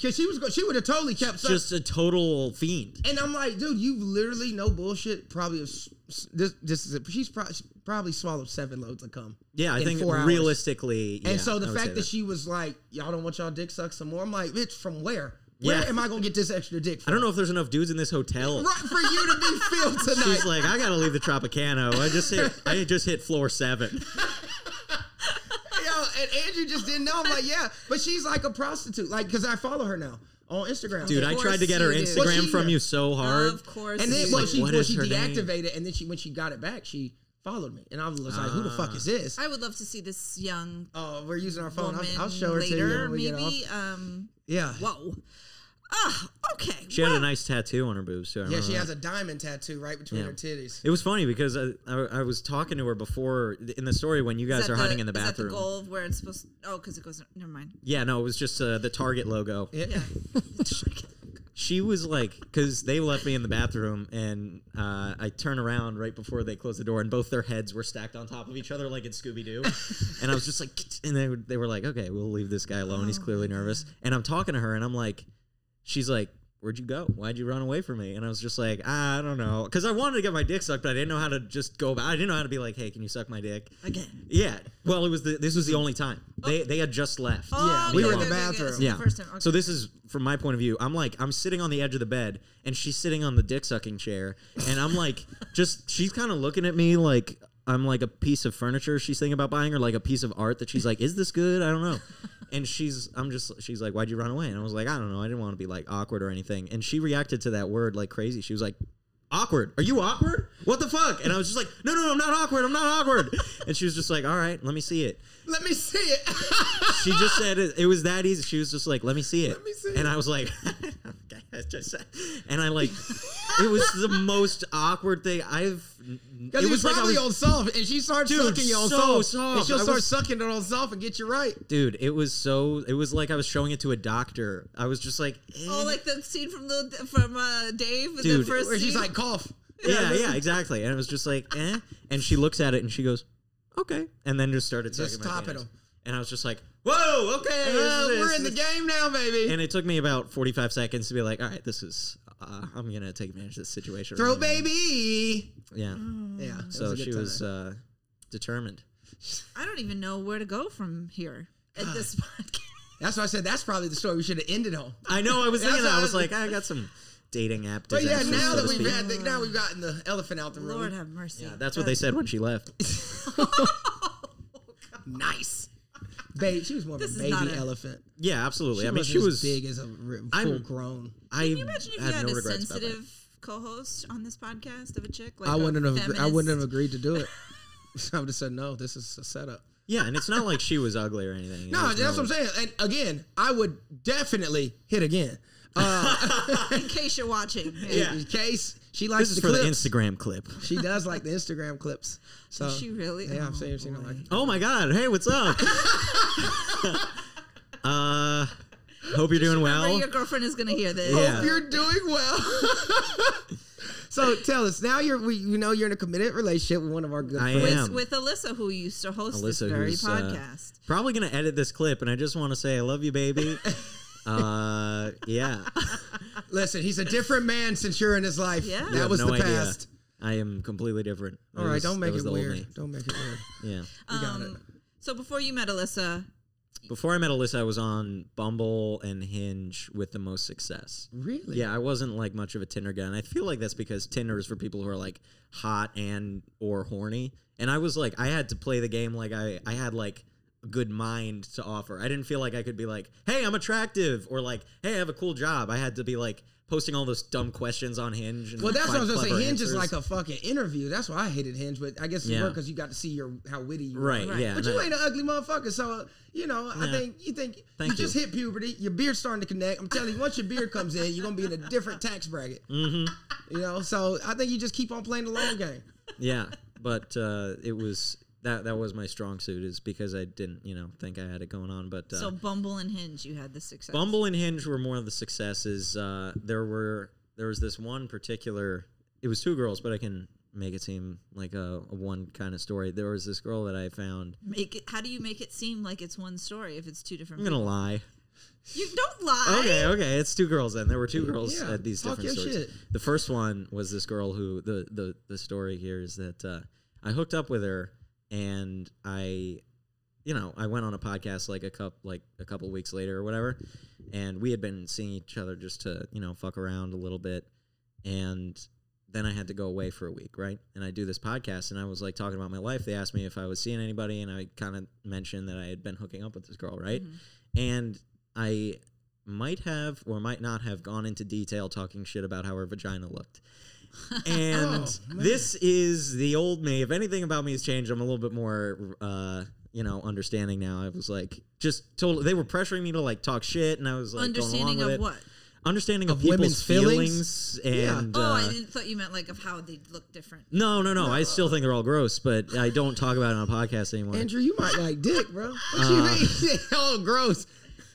[SPEAKER 3] Cause she was, go- she would have totally kept. Some,
[SPEAKER 5] just a total fiend.
[SPEAKER 3] and I'm like, dude, you literally no bullshit. Probably have, s- s- this, this is it. She's probably probably swallowed seven loads of cum.
[SPEAKER 5] Yeah, I
[SPEAKER 3] in
[SPEAKER 5] think
[SPEAKER 3] four hours.
[SPEAKER 5] realistically.
[SPEAKER 3] And
[SPEAKER 5] yeah,
[SPEAKER 3] so the
[SPEAKER 5] I would say
[SPEAKER 3] fact that, she was like, "Y'all don't want y'all dick sucked some more," I'm like, "Bitch, from where? Where
[SPEAKER 5] Yeah.
[SPEAKER 3] am I gonna get this extra dick?" From?
[SPEAKER 5] I don't know if there's enough dudes in this hotel.
[SPEAKER 3] Right for you to be filled tonight.
[SPEAKER 5] She's like, I gotta leave the Tropicana. I just hit, I just hit floor seven.
[SPEAKER 3] Yo, and Andrew just didn't know. I'm like, yeah, but she's like a prostitute, like because I follow her now on Instagram.
[SPEAKER 5] Dude, I
[SPEAKER 4] course
[SPEAKER 5] tried to get her
[SPEAKER 4] you do.
[SPEAKER 5] Instagram
[SPEAKER 3] Well, she-
[SPEAKER 5] from you so hard.
[SPEAKER 4] Of course.
[SPEAKER 3] and then
[SPEAKER 4] you
[SPEAKER 3] well,
[SPEAKER 5] like,
[SPEAKER 4] did.
[SPEAKER 3] she
[SPEAKER 5] what
[SPEAKER 3] well,
[SPEAKER 5] is
[SPEAKER 3] she
[SPEAKER 5] her name?
[SPEAKER 3] deactivated, it, and then she when she got it back, she followed me, and I was like, who the fuck
[SPEAKER 5] Ah.
[SPEAKER 3] is this?
[SPEAKER 4] I would love to see this young
[SPEAKER 3] Oh, we're using our phone.
[SPEAKER 4] woman
[SPEAKER 3] I'll, I'll show her to you
[SPEAKER 4] later,
[SPEAKER 3] when we get off.
[SPEAKER 4] maybe. Um.
[SPEAKER 3] Yeah,
[SPEAKER 4] Whoa. Ah. okay.
[SPEAKER 5] she had a
[SPEAKER 4] well,
[SPEAKER 5] nice tattoo on her boobs too. I
[SPEAKER 3] yeah,
[SPEAKER 5] remember
[SPEAKER 3] she
[SPEAKER 5] that.
[SPEAKER 3] has a diamond tattoo right between her titties.
[SPEAKER 5] It was funny because I, I, I was talking to her before in the story when you guys
[SPEAKER 4] Is that
[SPEAKER 5] are hiding in the
[SPEAKER 4] Is that the
[SPEAKER 5] bathroom.
[SPEAKER 4] goal of where it's supposed? To, oh, because it goes. Never mind.
[SPEAKER 5] yeah, no, it was just uh, the Target logo.
[SPEAKER 4] Yeah.
[SPEAKER 5] she was like, because they left me in the bathroom, and uh, I turn around right before they closed the door, and both their heads were stacked on top of each other like in Scooby Doo, and I was just like, and they were, they were like, okay, we'll leave this guy alone.
[SPEAKER 4] Oh,
[SPEAKER 5] He's clearly nervous, and I'm talking to her, and I'm like, she's like. Where'd you go? Why'd you run away from me? And I was just like, I don't know, because I wanted to get my dick sucked, but I didn't know how to just go. About, I didn't know how to be like, hey, can you suck my dick?
[SPEAKER 4] Again.
[SPEAKER 5] Yeah. Well, it was the, this was the only time they they had just left.
[SPEAKER 4] Oh,
[SPEAKER 3] we
[SPEAKER 4] okay,
[SPEAKER 3] were in
[SPEAKER 4] okay,
[SPEAKER 3] the
[SPEAKER 4] okay, okay,
[SPEAKER 3] bathroom.
[SPEAKER 4] this is the First time. Okay.
[SPEAKER 5] So this is from my point of view. I'm like, I'm sitting on the edge of the bed, and she's sitting on the dick sucking chair, and I'm like, just she's kind of looking at me like I'm like a piece of furniture she's thinking about buying, or like a piece of art that she's like, is this good? I don't know. And she's, I'm just, she's like, why'd you run away? And I was like, I don't know. I didn't want to be like awkward or anything. And she reacted to that word like crazy. She was like, awkward. Are you awkward? What the fuck? And I was just like, no, no, I'm not awkward. I'm not awkward. And she was just like, all right, let me see it
[SPEAKER 3] Let me see it.
[SPEAKER 5] she just said it, it was that easy. She was just like, "Let me see it,"
[SPEAKER 3] me see it.
[SPEAKER 5] and I was like, okay, that's just- and I like, it was the most awkward thing I've.
[SPEAKER 3] Because it was,
[SPEAKER 5] like I
[SPEAKER 3] probably
[SPEAKER 5] was-
[SPEAKER 3] on soft, and she starts
[SPEAKER 5] Dude,
[SPEAKER 3] sucking you on
[SPEAKER 5] so
[SPEAKER 3] soft, and
[SPEAKER 5] soft.
[SPEAKER 3] she'll
[SPEAKER 5] I
[SPEAKER 3] start
[SPEAKER 5] was-
[SPEAKER 3] sucking it on soft and get you right.
[SPEAKER 5] dude. It was so. It was like I was showing it to a doctor. I was just like, eh.
[SPEAKER 4] Oh, like the scene from the from uh, Dave in the
[SPEAKER 5] Dude,
[SPEAKER 4] first
[SPEAKER 3] Where she's
[SPEAKER 4] scene?
[SPEAKER 3] like cough.
[SPEAKER 5] yeah, yeah, exactly. And it was just like, eh. And she looks at it and she goes, okay, and then just started
[SPEAKER 3] Just
[SPEAKER 5] sucking my
[SPEAKER 3] stop at
[SPEAKER 5] penis.
[SPEAKER 3] him.
[SPEAKER 5] And I was just like, whoa, okay,
[SPEAKER 3] Uh,
[SPEAKER 5] this is-
[SPEAKER 3] we're
[SPEAKER 5] this
[SPEAKER 3] in the
[SPEAKER 5] is-
[SPEAKER 3] game now, baby.
[SPEAKER 5] And it took me about forty-five seconds to be like, all right, this is. Uh, I'm gonna take advantage of this situation.
[SPEAKER 3] Throw
[SPEAKER 5] right now.
[SPEAKER 3] baby. Mm.
[SPEAKER 5] Yeah.
[SPEAKER 4] Mm.
[SPEAKER 3] Yeah. it
[SPEAKER 5] So
[SPEAKER 3] was a
[SPEAKER 5] she
[SPEAKER 3] good
[SPEAKER 5] was
[SPEAKER 3] time.
[SPEAKER 5] uh, determined.
[SPEAKER 4] I don't even know where to go from here at this podcast.
[SPEAKER 5] uh,
[SPEAKER 3] That's why I said that's probably the story we should have ended on.
[SPEAKER 5] I know. I was
[SPEAKER 3] That's
[SPEAKER 5] thinking. that.
[SPEAKER 3] what
[SPEAKER 5] I was
[SPEAKER 3] I-
[SPEAKER 5] like, I got some dating app.
[SPEAKER 3] But yeah,
[SPEAKER 5] disasters,
[SPEAKER 3] now
[SPEAKER 5] so
[SPEAKER 3] that
[SPEAKER 5] to
[SPEAKER 3] we've
[SPEAKER 5] speak.
[SPEAKER 3] had the, now we've gotten the elephant out the room.
[SPEAKER 4] Lord have mercy.
[SPEAKER 5] Yeah, that's what they said when she left.
[SPEAKER 3] Nice. Babe, she was more of a
[SPEAKER 4] This is
[SPEAKER 3] baby
[SPEAKER 4] not a-
[SPEAKER 3] elephant.
[SPEAKER 5] Yeah, absolutely.
[SPEAKER 3] She
[SPEAKER 5] I mean,
[SPEAKER 3] wasn't
[SPEAKER 5] she
[SPEAKER 3] as
[SPEAKER 5] was.
[SPEAKER 3] big as a r- full
[SPEAKER 5] I'm-
[SPEAKER 3] grown.
[SPEAKER 5] I
[SPEAKER 4] Can you imagine if you
[SPEAKER 5] have
[SPEAKER 4] had
[SPEAKER 5] no
[SPEAKER 4] a
[SPEAKER 5] regrets about that.
[SPEAKER 4] sensitive co-host on this podcast of a chick? Like
[SPEAKER 3] I
[SPEAKER 4] a
[SPEAKER 3] wouldn't have. I
[SPEAKER 4] feminist?
[SPEAKER 3] wouldn't have agreed to do it. I would have said no. This is a setup.
[SPEAKER 5] Yeah, and it's not like she was ugly or anything. It
[SPEAKER 3] No,
[SPEAKER 5] was
[SPEAKER 3] that's what
[SPEAKER 5] more-
[SPEAKER 3] I'm saying. And again, I would definitely hit again.
[SPEAKER 4] in case you're watching.
[SPEAKER 5] Yeah.
[SPEAKER 3] In case she likes
[SPEAKER 5] This is
[SPEAKER 3] the
[SPEAKER 5] for the
[SPEAKER 3] clips.
[SPEAKER 5] Instagram clip.
[SPEAKER 3] she does like the Instagram clips. So
[SPEAKER 4] she really?
[SPEAKER 3] Yeah,
[SPEAKER 4] Oh,
[SPEAKER 3] I've seen, I've seen her
[SPEAKER 4] boy.
[SPEAKER 3] like.
[SPEAKER 5] Oh my God! Hey, what's up? uh, hope you're doing
[SPEAKER 4] Remember,
[SPEAKER 5] well.
[SPEAKER 4] Your girlfriend is gonna hear this. Oh,
[SPEAKER 5] Yeah.
[SPEAKER 3] Hope you're doing well. so tell us now. You're we you know you're in a committed relationship with one of our good
[SPEAKER 5] I
[SPEAKER 3] friends.
[SPEAKER 5] am.
[SPEAKER 4] With, with Alyssa, who used to host this
[SPEAKER 5] Alyssa,
[SPEAKER 4] very
[SPEAKER 5] who's, uh,
[SPEAKER 4] podcast.
[SPEAKER 5] Probably gonna edit this clip, and I just want to say I love you, baby. uh, yeah.
[SPEAKER 3] Listen, he's a different man since you're in his life.
[SPEAKER 4] Yeah. You
[SPEAKER 5] You
[SPEAKER 3] that
[SPEAKER 5] have
[SPEAKER 3] was
[SPEAKER 5] no
[SPEAKER 3] the
[SPEAKER 5] idea.
[SPEAKER 3] past.
[SPEAKER 5] I am completely different. That
[SPEAKER 3] All right,
[SPEAKER 5] was-
[SPEAKER 3] don't
[SPEAKER 5] that
[SPEAKER 3] make
[SPEAKER 5] was
[SPEAKER 3] it
[SPEAKER 5] the old
[SPEAKER 3] weird.
[SPEAKER 5] me.
[SPEAKER 3] Don't make it weird.
[SPEAKER 5] Yeah.
[SPEAKER 3] We got it.
[SPEAKER 4] Um, so before you met Alyssa,
[SPEAKER 5] Before I met Alyssa, I was on Bumble and Hinge with the most success.
[SPEAKER 3] Really?
[SPEAKER 5] Yeah, I wasn't like much of a Tinder guy, and I feel like that's because Tinder is for people who are like hot and or horny. And I was like, I had to play the game like I I had like a good mind to offer. I didn't feel like I could be like, hey, I'm attractive, or like, hey, I have a cool job. I had to be like posting all those dumb questions on Hinge. And
[SPEAKER 3] Well, that's what I
[SPEAKER 5] find
[SPEAKER 3] was gonna say.
[SPEAKER 5] clever
[SPEAKER 3] Hinge is like
[SPEAKER 5] answers.
[SPEAKER 3] a fucking interview. That's why I hated Hinge, but I guess you
[SPEAKER 5] Yeah.
[SPEAKER 3] were because you got to see your how witty you were.
[SPEAKER 5] right,
[SPEAKER 4] Right.
[SPEAKER 5] yeah.
[SPEAKER 3] But
[SPEAKER 5] no.
[SPEAKER 3] you ain't an ugly motherfucker, so you know. I
[SPEAKER 5] Nah.
[SPEAKER 3] think you think
[SPEAKER 5] Thank
[SPEAKER 3] you just
[SPEAKER 5] you.
[SPEAKER 3] hit puberty. Your beard's starting to connect. I'm telling you, once your beard comes in, you're gonna be in a different tax bracket.
[SPEAKER 5] Mm-hmm.
[SPEAKER 3] You know, so I think you just keep on playing the long game.
[SPEAKER 5] yeah but uh it was that that was my strong suit is because i didn't you know think i had it going on but uh,
[SPEAKER 4] so Bumble and Hinge, you had the success.
[SPEAKER 5] bumble and hinge were more of the successes uh there were there was this one particular it was two girls but i can make it seem like a, a one kind of story there was this girl that i found
[SPEAKER 4] Make it. How do you make it seem like it's one story if it's two different?
[SPEAKER 5] i'm gonna lie
[SPEAKER 4] people? You don't lie.
[SPEAKER 5] Okay, okay, it's two girls then. There were two girls
[SPEAKER 3] Yeah,
[SPEAKER 5] at these
[SPEAKER 3] talk
[SPEAKER 5] different
[SPEAKER 3] your
[SPEAKER 5] stories.
[SPEAKER 3] shit.
[SPEAKER 5] The first one was this girl who the the the story here is that uh, I hooked up with her and I, you know, I went on a podcast like a cup like a couple weeks later or whatever, and we had been seeing each other just to you know fuck around a little bit, and then I had to go away for a week, right? And I do this podcast, and I was like talking about my life. They asked me if I was seeing anybody, and I kind of mentioned that I had been hooking up with this girl, right? And I might have or might not have gone into detail talking shit about how her vagina looked. And
[SPEAKER 3] Oh, man.
[SPEAKER 5] this is the old me. If anything about me has changed, I'm a little bit more, uh, you know, understanding now. I was like, just totally. They were pressuring me to like talk shit, and I was like, going
[SPEAKER 4] Mm-hmm. Understanding
[SPEAKER 5] along with
[SPEAKER 4] of
[SPEAKER 5] it.
[SPEAKER 4] what?
[SPEAKER 5] Understanding of,
[SPEAKER 3] Of
[SPEAKER 5] people's
[SPEAKER 3] women's feelings?
[SPEAKER 5] feelings,
[SPEAKER 3] Yeah.
[SPEAKER 5] and
[SPEAKER 4] Oh, I
[SPEAKER 5] uh,
[SPEAKER 4] didn't thought you meant like of how they look different.
[SPEAKER 5] no, no, no. I still think they're all gross, but I don't talk about it on a podcast anymore.
[SPEAKER 3] Andrew, you might like dick, bro. What
[SPEAKER 5] Uh,
[SPEAKER 3] you mean? oh, gross.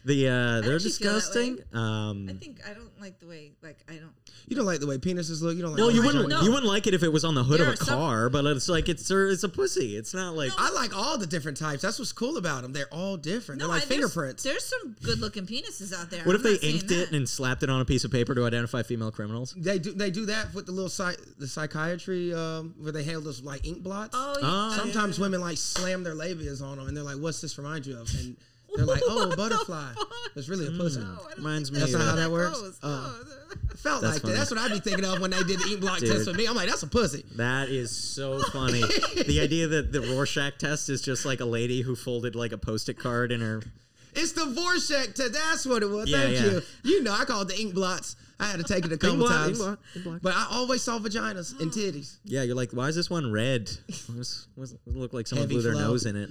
[SPEAKER 5] the uh, they're
[SPEAKER 4] actually feel that
[SPEAKER 5] disgusting.
[SPEAKER 4] way.
[SPEAKER 5] Um,
[SPEAKER 4] I think I don't like the way like I don't.
[SPEAKER 3] You don't like the way penises look. You don't like.
[SPEAKER 5] well,
[SPEAKER 3] the
[SPEAKER 5] you
[SPEAKER 3] way
[SPEAKER 5] wouldn't
[SPEAKER 3] joints-
[SPEAKER 4] No.
[SPEAKER 5] you wouldn't like it if it was on the hood
[SPEAKER 4] There
[SPEAKER 5] of
[SPEAKER 4] are
[SPEAKER 5] a
[SPEAKER 4] some-
[SPEAKER 5] car, but it's like it's a, it's a pussy. It's not like
[SPEAKER 3] I like all the different types. That's what's cool about them. They're all different.
[SPEAKER 4] No,
[SPEAKER 3] They're like
[SPEAKER 4] I- there's-
[SPEAKER 3] fingerprints.
[SPEAKER 4] There's, some good looking penises out there.
[SPEAKER 5] What
[SPEAKER 4] I'm
[SPEAKER 5] if
[SPEAKER 4] not
[SPEAKER 5] they
[SPEAKER 4] saying
[SPEAKER 5] inked
[SPEAKER 4] that.
[SPEAKER 5] it and slapped it on a piece of paper to identify female criminals?
[SPEAKER 3] They do. They do that with the little psych, the psychiatry um, where they handle those like ink blots.
[SPEAKER 4] Oh,
[SPEAKER 5] Ah.
[SPEAKER 4] yeah.
[SPEAKER 3] Sometimes women like slam their labias on them, and they're like, "What's this remind you of?" And they're like, "Oh, a butterfly." It's really
[SPEAKER 5] Hmm.
[SPEAKER 3] a pussy.
[SPEAKER 4] Oh, I don't
[SPEAKER 5] Mm. Reminds
[SPEAKER 4] think
[SPEAKER 5] me
[SPEAKER 3] That's not
[SPEAKER 5] of-
[SPEAKER 3] how that works.
[SPEAKER 4] goes.
[SPEAKER 3] Oh.
[SPEAKER 4] No.
[SPEAKER 3] Felt
[SPEAKER 5] That's
[SPEAKER 3] like
[SPEAKER 5] funny.
[SPEAKER 3] that. That's what I'd be thinking of when they did the ink block
[SPEAKER 5] Dude.
[SPEAKER 3] test with me. I'm like, "That's a pussy."
[SPEAKER 5] That is so funny. the idea that the Rorschach test is just like a lady who folded like a post-it card in her.
[SPEAKER 3] It's the Vorschach test. That's what it was.
[SPEAKER 5] Yeah,
[SPEAKER 3] Thank
[SPEAKER 5] yeah.
[SPEAKER 3] you. You know, I called the ink blots. I had to take it a couple
[SPEAKER 5] blot,
[SPEAKER 3] times,
[SPEAKER 5] ink blot, ink blot.
[SPEAKER 3] but I always saw vaginas and titties.
[SPEAKER 5] Yeah, you're like, why is this one red? What's, what's, it look like someone
[SPEAKER 3] Heavy
[SPEAKER 5] blew their
[SPEAKER 3] flow.
[SPEAKER 5] nose in it.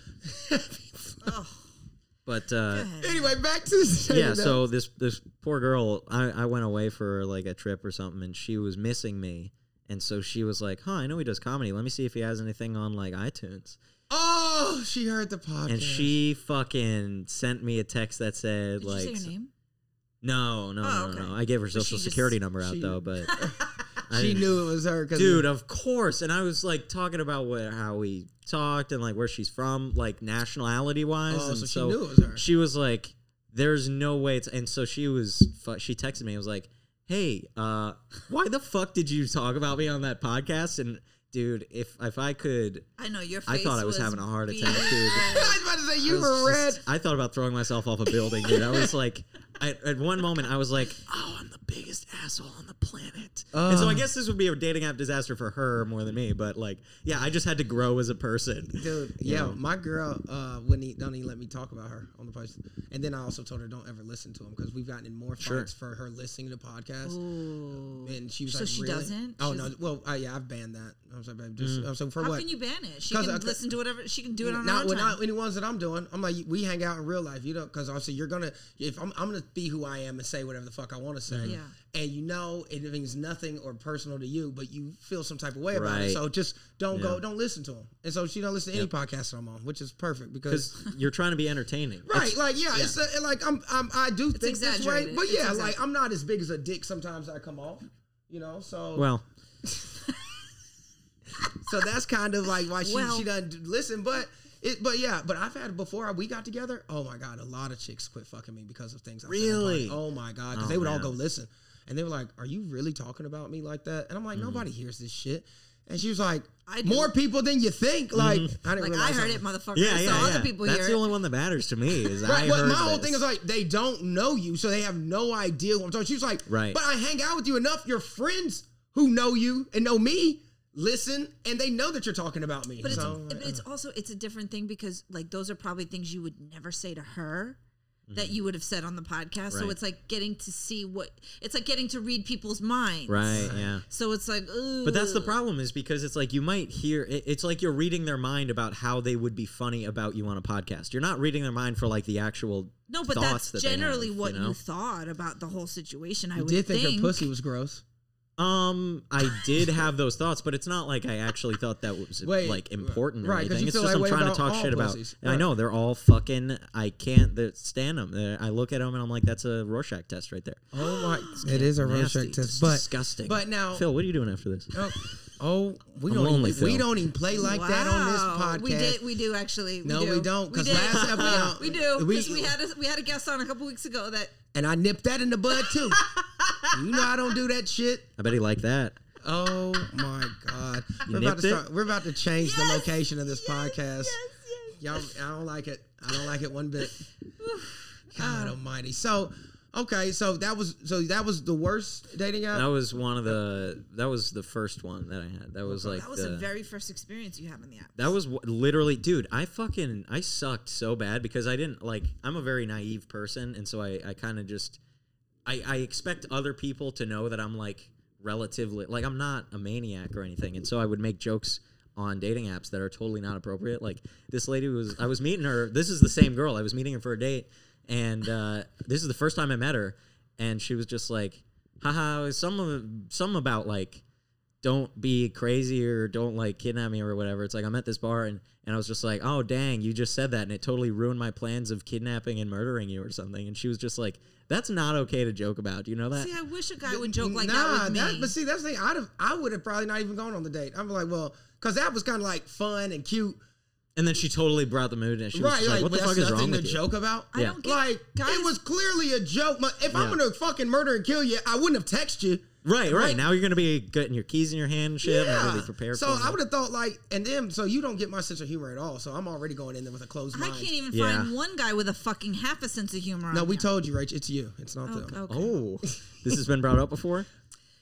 [SPEAKER 5] But uh,
[SPEAKER 3] Anyway, back to the
[SPEAKER 5] yeah, so this this poor girl, I, I went away for like a trip or something, and she was missing me, and so she was like, "Huh, I know he does comedy. Let me see if he has anything on like iTunes."
[SPEAKER 3] oh, she heard the podcast.
[SPEAKER 5] And she fucking sent me a text that said
[SPEAKER 4] Did
[SPEAKER 5] like,
[SPEAKER 4] you say your name?
[SPEAKER 5] No, no,
[SPEAKER 4] Oh,
[SPEAKER 5] no,
[SPEAKER 4] okay.
[SPEAKER 5] no. I gave her social
[SPEAKER 4] she just-
[SPEAKER 5] security number out
[SPEAKER 3] she-
[SPEAKER 5] though, but I
[SPEAKER 3] she
[SPEAKER 5] didn't-
[SPEAKER 3] knew it was her. 'cause-
[SPEAKER 5] Dude, of course. And I was like talking about what how we talked and like where she's from, like nationality wise.
[SPEAKER 3] Oh,
[SPEAKER 5] and
[SPEAKER 3] so she
[SPEAKER 5] so
[SPEAKER 3] knew it was her.
[SPEAKER 5] She was like, "There's no way." It's, and so she was. fu- She texted me. I was like, "Hey, uh, why the fuck did you talk about me on that podcast?" And dude, if if I could,
[SPEAKER 4] I know your
[SPEAKER 5] I
[SPEAKER 4] face.
[SPEAKER 5] thought I was having a heart attack, dude.
[SPEAKER 3] I was about to say you
[SPEAKER 5] I was
[SPEAKER 3] were red.
[SPEAKER 5] just- I thought about throwing myself off a building, dude. I was like, I, at one moment, I was like, oh, I'm the biggest asshole on the planet. and so I guess this would be a dating app disaster for her more than me. But like, yeah, I just had to grow as a person.
[SPEAKER 3] Dude, yeah, my girl uh, wouldn't e don't even let me talk about her on the post. And then I also told her don't ever listen to him because we've gotten in more fights
[SPEAKER 5] Sure.
[SPEAKER 3] for her listening to podcasts.
[SPEAKER 4] Ooh.
[SPEAKER 3] And she was
[SPEAKER 4] So
[SPEAKER 3] like,
[SPEAKER 4] she
[SPEAKER 3] really?
[SPEAKER 4] doesn't?
[SPEAKER 3] Oh
[SPEAKER 4] She
[SPEAKER 3] no,
[SPEAKER 4] doesn't-
[SPEAKER 3] well, uh, yeah, I've banned that. I was like, babe, just I was like, for
[SPEAKER 4] How
[SPEAKER 3] what?
[SPEAKER 4] can you ban it? She
[SPEAKER 3] 'Cause
[SPEAKER 4] can
[SPEAKER 3] I-
[SPEAKER 4] listen to whatever. She can do it on her
[SPEAKER 3] not
[SPEAKER 4] own
[SPEAKER 3] with
[SPEAKER 4] time.
[SPEAKER 3] not any ones that I'm doing. I'm like, we hang out in real life, you know, because obviously you're gonna if I'm, I'm gonna be who I am and say whatever the fuck I want to say.
[SPEAKER 4] Yeah.
[SPEAKER 3] And you know it means nothing or personal to you, but you feel some type of way about it.
[SPEAKER 5] Right.
[SPEAKER 3] So just don't go,
[SPEAKER 5] Yeah.
[SPEAKER 3] don't listen to them. And so she don't listen to any podcast that I'm on, which is perfect because
[SPEAKER 5] because you're trying to be entertaining.
[SPEAKER 3] Right, like yeah, it's uh like I'm, I'm I do think this way,
[SPEAKER 4] exaggerated.
[SPEAKER 3] but
[SPEAKER 4] It's
[SPEAKER 3] yeah, like I'm not as big as a dick sometimes I come off, you know. So
[SPEAKER 5] Well,
[SPEAKER 3] so that's kind of like why she
[SPEAKER 4] Well-
[SPEAKER 3] she doesn't do- listen, but. It, but yeah, but I've had before we got together. Oh my god, a lot of chicks quit fucking me because of things. I said on the
[SPEAKER 5] Really?
[SPEAKER 3] podcast. Oh my god, because
[SPEAKER 5] Oh,
[SPEAKER 3] they would all
[SPEAKER 5] man.
[SPEAKER 3] go listen, and they were like, "Are you really talking about me like that?" And I'm like, "Nobody hears this shit." And she was like,
[SPEAKER 4] I do.
[SPEAKER 3] "More people than you think." Like I didn't
[SPEAKER 4] Like
[SPEAKER 3] realize
[SPEAKER 4] I heard
[SPEAKER 3] that.
[SPEAKER 4] it, motherfucker.
[SPEAKER 5] yeah, yeah,
[SPEAKER 4] so
[SPEAKER 5] yeah.
[SPEAKER 4] other people
[SPEAKER 5] That's
[SPEAKER 4] hear
[SPEAKER 5] the
[SPEAKER 4] it.
[SPEAKER 5] only one that matters to me. Is
[SPEAKER 3] Right,
[SPEAKER 5] I
[SPEAKER 3] but
[SPEAKER 5] heard
[SPEAKER 3] my whole
[SPEAKER 5] this.
[SPEAKER 3] thing is like they don't know you, so they have no idea what I'm talking. She was like,
[SPEAKER 5] Right.
[SPEAKER 3] But I hang out with you enough. Your friends who know you and know me listen, and they know that you're talking about me.
[SPEAKER 4] But it's,
[SPEAKER 3] So, uh,
[SPEAKER 4] but it's also it's a different thing because like those are probably things you would never say to her that
[SPEAKER 3] Mm.
[SPEAKER 4] you would have said on the podcast. So
[SPEAKER 5] Right.
[SPEAKER 4] it's like getting to see what it's like getting to read people's minds.
[SPEAKER 5] right, yeah.
[SPEAKER 4] So it's like, ooh.
[SPEAKER 5] But that's the problem is because it's like you might hear it- it's like you're reading their mind about how they would be funny about you on a podcast. You're not reading their mind for like the actual
[SPEAKER 4] No, but that's
[SPEAKER 5] thoughts that they
[SPEAKER 4] generally
[SPEAKER 5] have,
[SPEAKER 4] what you,
[SPEAKER 5] you, know?
[SPEAKER 4] thought about the whole situation. I
[SPEAKER 3] you
[SPEAKER 4] would
[SPEAKER 3] did think,
[SPEAKER 4] think
[SPEAKER 3] her pussy was gross.
[SPEAKER 5] Um, I did have those thoughts, but it's not like I actually thought that was
[SPEAKER 3] Wait, uh,
[SPEAKER 5] like important
[SPEAKER 3] right,
[SPEAKER 5] or
[SPEAKER 3] 'cause you
[SPEAKER 5] anything. It's
[SPEAKER 3] feel
[SPEAKER 5] just
[SPEAKER 3] that
[SPEAKER 5] I'm
[SPEAKER 3] way
[SPEAKER 5] trying to
[SPEAKER 3] about
[SPEAKER 5] talk
[SPEAKER 3] all
[SPEAKER 5] shit about.
[SPEAKER 3] pussies.
[SPEAKER 5] I
[SPEAKER 3] Right.
[SPEAKER 5] know they're all fucking. I can't they're- stand them. I look at them and I'm like, that's a Rorschach test right there.
[SPEAKER 3] Oh my! it is a
[SPEAKER 5] Nasty.
[SPEAKER 3] Rorschach
[SPEAKER 5] It's
[SPEAKER 3] test, but
[SPEAKER 5] disgusting.
[SPEAKER 3] But now,
[SPEAKER 5] Phil, what are you doing after this?
[SPEAKER 3] oh, oh, we
[SPEAKER 5] I'm
[SPEAKER 3] don't
[SPEAKER 5] lonely,
[SPEAKER 3] even, we
[SPEAKER 5] Phil.
[SPEAKER 3] don't even play like that
[SPEAKER 4] Wow.
[SPEAKER 3] on
[SPEAKER 4] We
[SPEAKER 3] this podcast.
[SPEAKER 4] did. We do actually.
[SPEAKER 3] No,
[SPEAKER 4] do.
[SPEAKER 3] we don't, 'cause
[SPEAKER 4] did.
[SPEAKER 3] last episode-
[SPEAKER 4] we do. 'cause
[SPEAKER 3] we-
[SPEAKER 4] We, had a, we had a guest on a couple weeks ago that
[SPEAKER 3] and I nipped that in the bud too. you know I don't do that shit.
[SPEAKER 5] I bet he liked that.
[SPEAKER 3] Oh my god! We're about
[SPEAKER 5] nipped
[SPEAKER 3] to
[SPEAKER 5] it?
[SPEAKER 3] start. We're about to change the
[SPEAKER 4] Yes,
[SPEAKER 3] location of this podcast.
[SPEAKER 4] yes.
[SPEAKER 3] Y'all, I don't like it. I don't like it one bit. God Almighty! So, okay, so that was so that was the worst dating app.
[SPEAKER 5] That was one of the. That was the first one that I had. That was like
[SPEAKER 4] that was
[SPEAKER 5] the,
[SPEAKER 4] the very first experience you have in the app.
[SPEAKER 5] That was wh- literally, dude. I fucking I sucked so bad because I didn't like. I'm a very naive person, and so I I kind of just I I expect other people to know that I'm like relatively like I'm not a maniac or anything, and so I would make jokes on dating apps that are totally not appropriate. Like this lady was I was meeting her. This is the same girl. I was meeting her for a date, and uh, this is the first time I met her, and she was just like, haha, some of some about like don't be crazy or don't like kidnap me or whatever. It's like I'm at this bar and, and I was just like, oh dang, you just said that and it totally ruined my plans of kidnapping and murdering you or something. And she was just like, that's not okay to joke about. Do you know that?
[SPEAKER 4] See, I wish a guy would joke like
[SPEAKER 3] nah,
[SPEAKER 4] that with me.
[SPEAKER 3] but see, that's the thing. I'd have, I would have probably not even gone on the date. I'm like, well, because that was kind of like fun and cute,
[SPEAKER 5] and then she totally brought the mood and she was
[SPEAKER 3] right?
[SPEAKER 5] just
[SPEAKER 3] Like,
[SPEAKER 5] like, what the
[SPEAKER 3] that's
[SPEAKER 5] fuck is
[SPEAKER 3] nothing
[SPEAKER 5] wrong
[SPEAKER 3] to
[SPEAKER 5] with you?
[SPEAKER 3] joke about.
[SPEAKER 4] I don't get
[SPEAKER 3] like,
[SPEAKER 4] guys.
[SPEAKER 3] it was clearly a joke. But If I'm
[SPEAKER 5] Yeah.
[SPEAKER 3] gonna fucking murder and kill you, I wouldn't have texted you.
[SPEAKER 5] Right, right. Now you're gonna be getting your keys in your hand and shit. Yeah. really prepared
[SPEAKER 3] So
[SPEAKER 5] for
[SPEAKER 3] I would have thought like, and then so you don't get my sense of humor at all. So I'm already going in there with a closed
[SPEAKER 4] I
[SPEAKER 3] mind.
[SPEAKER 4] can't even
[SPEAKER 5] Yeah.
[SPEAKER 4] find one guy with a fucking half a sense of humor.
[SPEAKER 3] no,
[SPEAKER 4] on
[SPEAKER 3] we
[SPEAKER 4] him.
[SPEAKER 3] told you, Rach. It's you. It's not them.
[SPEAKER 4] Okay.
[SPEAKER 5] Oh. this has been brought up before?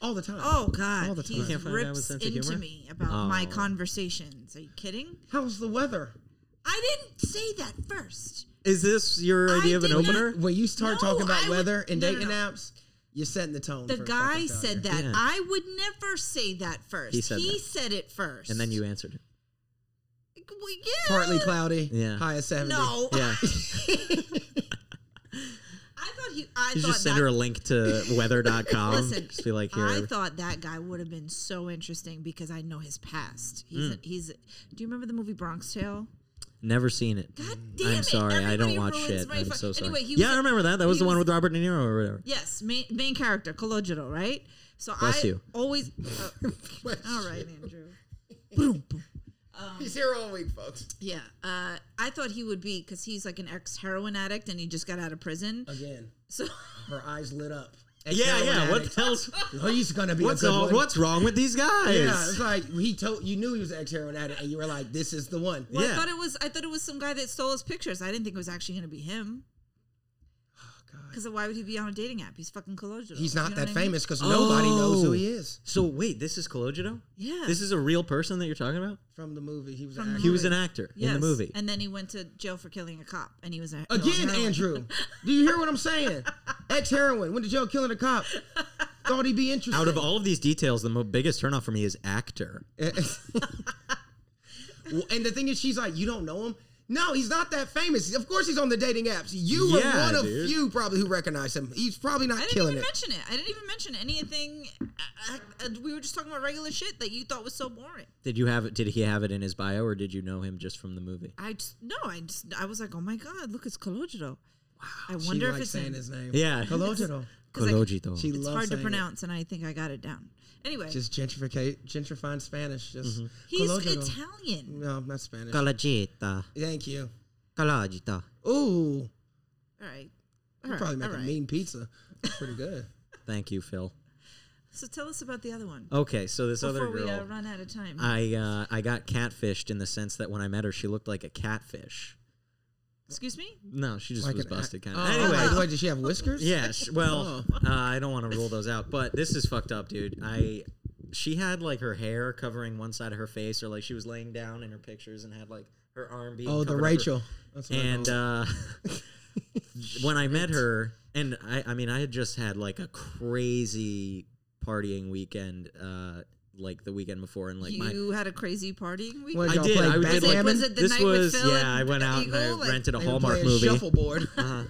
[SPEAKER 3] All the time.
[SPEAKER 4] Oh God,
[SPEAKER 3] All the
[SPEAKER 4] he
[SPEAKER 3] time.
[SPEAKER 5] Can't find out
[SPEAKER 4] rips
[SPEAKER 5] with sense of
[SPEAKER 4] into
[SPEAKER 5] humor?
[SPEAKER 4] me about my
[SPEAKER 5] Oh.
[SPEAKER 4] conversations. Are you kidding?
[SPEAKER 3] How's the weather?
[SPEAKER 4] I didn't say that first.
[SPEAKER 5] Is this your
[SPEAKER 4] I
[SPEAKER 5] idea of an
[SPEAKER 4] did not-
[SPEAKER 5] opener?
[SPEAKER 3] When you start
[SPEAKER 4] No,
[SPEAKER 3] talking about
[SPEAKER 4] I would-
[SPEAKER 3] weather and
[SPEAKER 4] no, no,
[SPEAKER 3] dating
[SPEAKER 4] no.
[SPEAKER 3] apps, you're setting the tone.
[SPEAKER 4] The
[SPEAKER 3] for
[SPEAKER 4] guy
[SPEAKER 3] fucking failure.
[SPEAKER 4] said that.
[SPEAKER 5] Yeah.
[SPEAKER 4] I would never say that first.
[SPEAKER 5] He said that.
[SPEAKER 4] said it first.
[SPEAKER 5] And then you answered it.
[SPEAKER 4] Well, yeah.
[SPEAKER 3] Partly cloudy.
[SPEAKER 5] Yeah.
[SPEAKER 3] High of seventy.
[SPEAKER 4] No,
[SPEAKER 5] Yeah.
[SPEAKER 4] I thought he. I
[SPEAKER 5] You
[SPEAKER 4] thought
[SPEAKER 5] just send
[SPEAKER 4] that,
[SPEAKER 5] her a link to weather.com.
[SPEAKER 4] Listen,
[SPEAKER 5] just be like, here.
[SPEAKER 4] I thought that guy would have been so interesting because I know his past.
[SPEAKER 5] Hmm.
[SPEAKER 4] He's a, he's. Do you remember the movie Bronx Tale?
[SPEAKER 5] Never seen it.
[SPEAKER 4] God damn
[SPEAKER 5] Mm. I'm
[SPEAKER 4] it,
[SPEAKER 5] sorry, I don't
[SPEAKER 4] everybody
[SPEAKER 5] watch
[SPEAKER 4] ruins
[SPEAKER 5] shit.
[SPEAKER 4] my
[SPEAKER 5] I'm
[SPEAKER 4] fu-
[SPEAKER 5] so sorry.
[SPEAKER 4] Anyway, he was
[SPEAKER 5] yeah, I
[SPEAKER 4] a-
[SPEAKER 5] remember that. That was
[SPEAKER 4] he
[SPEAKER 5] the one
[SPEAKER 4] was-
[SPEAKER 5] with Robert De Niro or whatever.
[SPEAKER 4] Yes, main, main character Colodro, right? So
[SPEAKER 5] Bless
[SPEAKER 4] I
[SPEAKER 5] you.
[SPEAKER 4] always. oh, all right, Andrew. Boom, boom.
[SPEAKER 3] He's here all week, folks.
[SPEAKER 4] Yeah, uh, I thought he would be because he's like an ex heroin addict and he just got out of prison.
[SPEAKER 5] Uh,
[SPEAKER 3] Again,
[SPEAKER 4] So
[SPEAKER 3] her eyes lit up.
[SPEAKER 5] Yeah, yeah.
[SPEAKER 3] Ex-heroin
[SPEAKER 5] What the hell's
[SPEAKER 3] addict. He's gonna be
[SPEAKER 5] what's
[SPEAKER 3] a good
[SPEAKER 5] all,
[SPEAKER 3] one.
[SPEAKER 5] what's wrong with these guys?
[SPEAKER 3] yeah, it's like he told you knew he was an ex-heroin addict, and you were like, "This is the one."
[SPEAKER 4] well,
[SPEAKER 5] Yeah.
[SPEAKER 4] I thought it was I thought it was some guy that stole his pictures. I didn't think it was actually going to be him.
[SPEAKER 5] Oh,
[SPEAKER 4] Because why would he be on a dating app? He's fucking Colodro.
[SPEAKER 3] He's
[SPEAKER 4] You
[SPEAKER 3] not
[SPEAKER 4] know
[SPEAKER 3] that
[SPEAKER 4] what I mean?
[SPEAKER 3] famous because nobody knows who
[SPEAKER 5] Oh.
[SPEAKER 3] he is
[SPEAKER 5] So wait, this is Cologero?
[SPEAKER 4] Yeah.
[SPEAKER 5] This is a real person that you're talking about?
[SPEAKER 3] from the movie. He was
[SPEAKER 4] From
[SPEAKER 3] an
[SPEAKER 4] the
[SPEAKER 5] He
[SPEAKER 3] actor.
[SPEAKER 5] was an actor in the
[SPEAKER 4] Yes.
[SPEAKER 5] movie.
[SPEAKER 4] And then he went to jail for killing a cop, and he was a
[SPEAKER 3] Again,
[SPEAKER 4] on heroin.
[SPEAKER 3] Andrew. Do you hear what I'm saying? Ex heroin went to jail killing a cop. Thought he'd be interested.
[SPEAKER 5] Out of all of these details, the mo- biggest turnoff for me is actor.
[SPEAKER 3] and the thing is, she's like, you don't know him. No, he's not that famous. Of course, he's on the dating apps. You were
[SPEAKER 5] Yeah,
[SPEAKER 3] one of
[SPEAKER 5] dude.
[SPEAKER 3] few probably who recognize him. He's probably
[SPEAKER 4] I
[SPEAKER 3] not
[SPEAKER 4] didn't
[SPEAKER 3] killing
[SPEAKER 4] even
[SPEAKER 3] it.
[SPEAKER 4] mention it. I didn't even mention anything. I, I, I- we were just talking about regular shit that you thought was so boring.
[SPEAKER 5] Did you have it? Did he have it in his bio, or did you know him just from the movie?
[SPEAKER 4] I just no. I just I was like, oh my god, look, it's Colodro. Wow. I
[SPEAKER 3] She
[SPEAKER 4] wonder if
[SPEAKER 3] likes
[SPEAKER 4] it's
[SPEAKER 3] saying
[SPEAKER 4] in,
[SPEAKER 3] his name.
[SPEAKER 5] Yeah.
[SPEAKER 3] Colodero.
[SPEAKER 4] 'cause I-
[SPEAKER 5] Colojito.
[SPEAKER 3] She
[SPEAKER 4] It's
[SPEAKER 3] loves
[SPEAKER 4] hard to
[SPEAKER 3] saying it.
[SPEAKER 4] pronounce, and I think I got it down. Anyway,
[SPEAKER 3] Just gentrificate, gentrifying Spanish.
[SPEAKER 5] Mm-hmm.
[SPEAKER 3] Just
[SPEAKER 4] he's
[SPEAKER 3] Colodero.
[SPEAKER 4] Italian.
[SPEAKER 3] No, not Spanish.
[SPEAKER 5] Colojita.
[SPEAKER 3] Thank you.
[SPEAKER 5] Colojita.
[SPEAKER 3] Ooh,
[SPEAKER 4] All right. All
[SPEAKER 3] you
[SPEAKER 4] right.
[SPEAKER 3] probably make
[SPEAKER 4] all
[SPEAKER 3] a
[SPEAKER 4] right.
[SPEAKER 3] mean pizza. Pretty good.
[SPEAKER 5] Thank you, Phil.
[SPEAKER 4] So tell us about the other one
[SPEAKER 5] Okay, so this other
[SPEAKER 4] before
[SPEAKER 5] girl.
[SPEAKER 4] we uh, run out of time.
[SPEAKER 5] I uh, I got catfished in the sense that when I met her, she looked like a catfish.
[SPEAKER 4] Excuse me.
[SPEAKER 5] No, she just was
[SPEAKER 3] an-
[SPEAKER 5] busted kind of.
[SPEAKER 3] Oh,
[SPEAKER 5] anyway,
[SPEAKER 3] wait, wait, does she have whiskers?
[SPEAKER 5] yeah. sh- Well, uh, I don't want to rule those out, but this is fucked up, dude. I she had like her hair covering one side of her face, or like she was laying down in her pictures and had like her arm being.
[SPEAKER 3] Oh, the
[SPEAKER 5] covered up her-
[SPEAKER 3] Rachel. That's what I
[SPEAKER 5] and
[SPEAKER 3] call her.
[SPEAKER 5] uh, when I met her, and I, I mean, I had just had like a crazy partying weekend, uh, like the weekend before, and like my
[SPEAKER 4] you had a crazy partying week.
[SPEAKER 3] What,
[SPEAKER 5] I
[SPEAKER 3] y'all
[SPEAKER 5] did.
[SPEAKER 3] play
[SPEAKER 5] I
[SPEAKER 4] was, it,
[SPEAKER 5] did like
[SPEAKER 3] backgammon?
[SPEAKER 4] was it the
[SPEAKER 5] this
[SPEAKER 4] night
[SPEAKER 5] was
[SPEAKER 4] with Phil?
[SPEAKER 5] yeah. I
[SPEAKER 4] and
[SPEAKER 5] went out and I
[SPEAKER 4] Eagle? Like,
[SPEAKER 5] rented a
[SPEAKER 3] They were
[SPEAKER 5] Hallmark
[SPEAKER 3] playing
[SPEAKER 5] movie.
[SPEAKER 3] Shuffleboard.
[SPEAKER 5] Uh,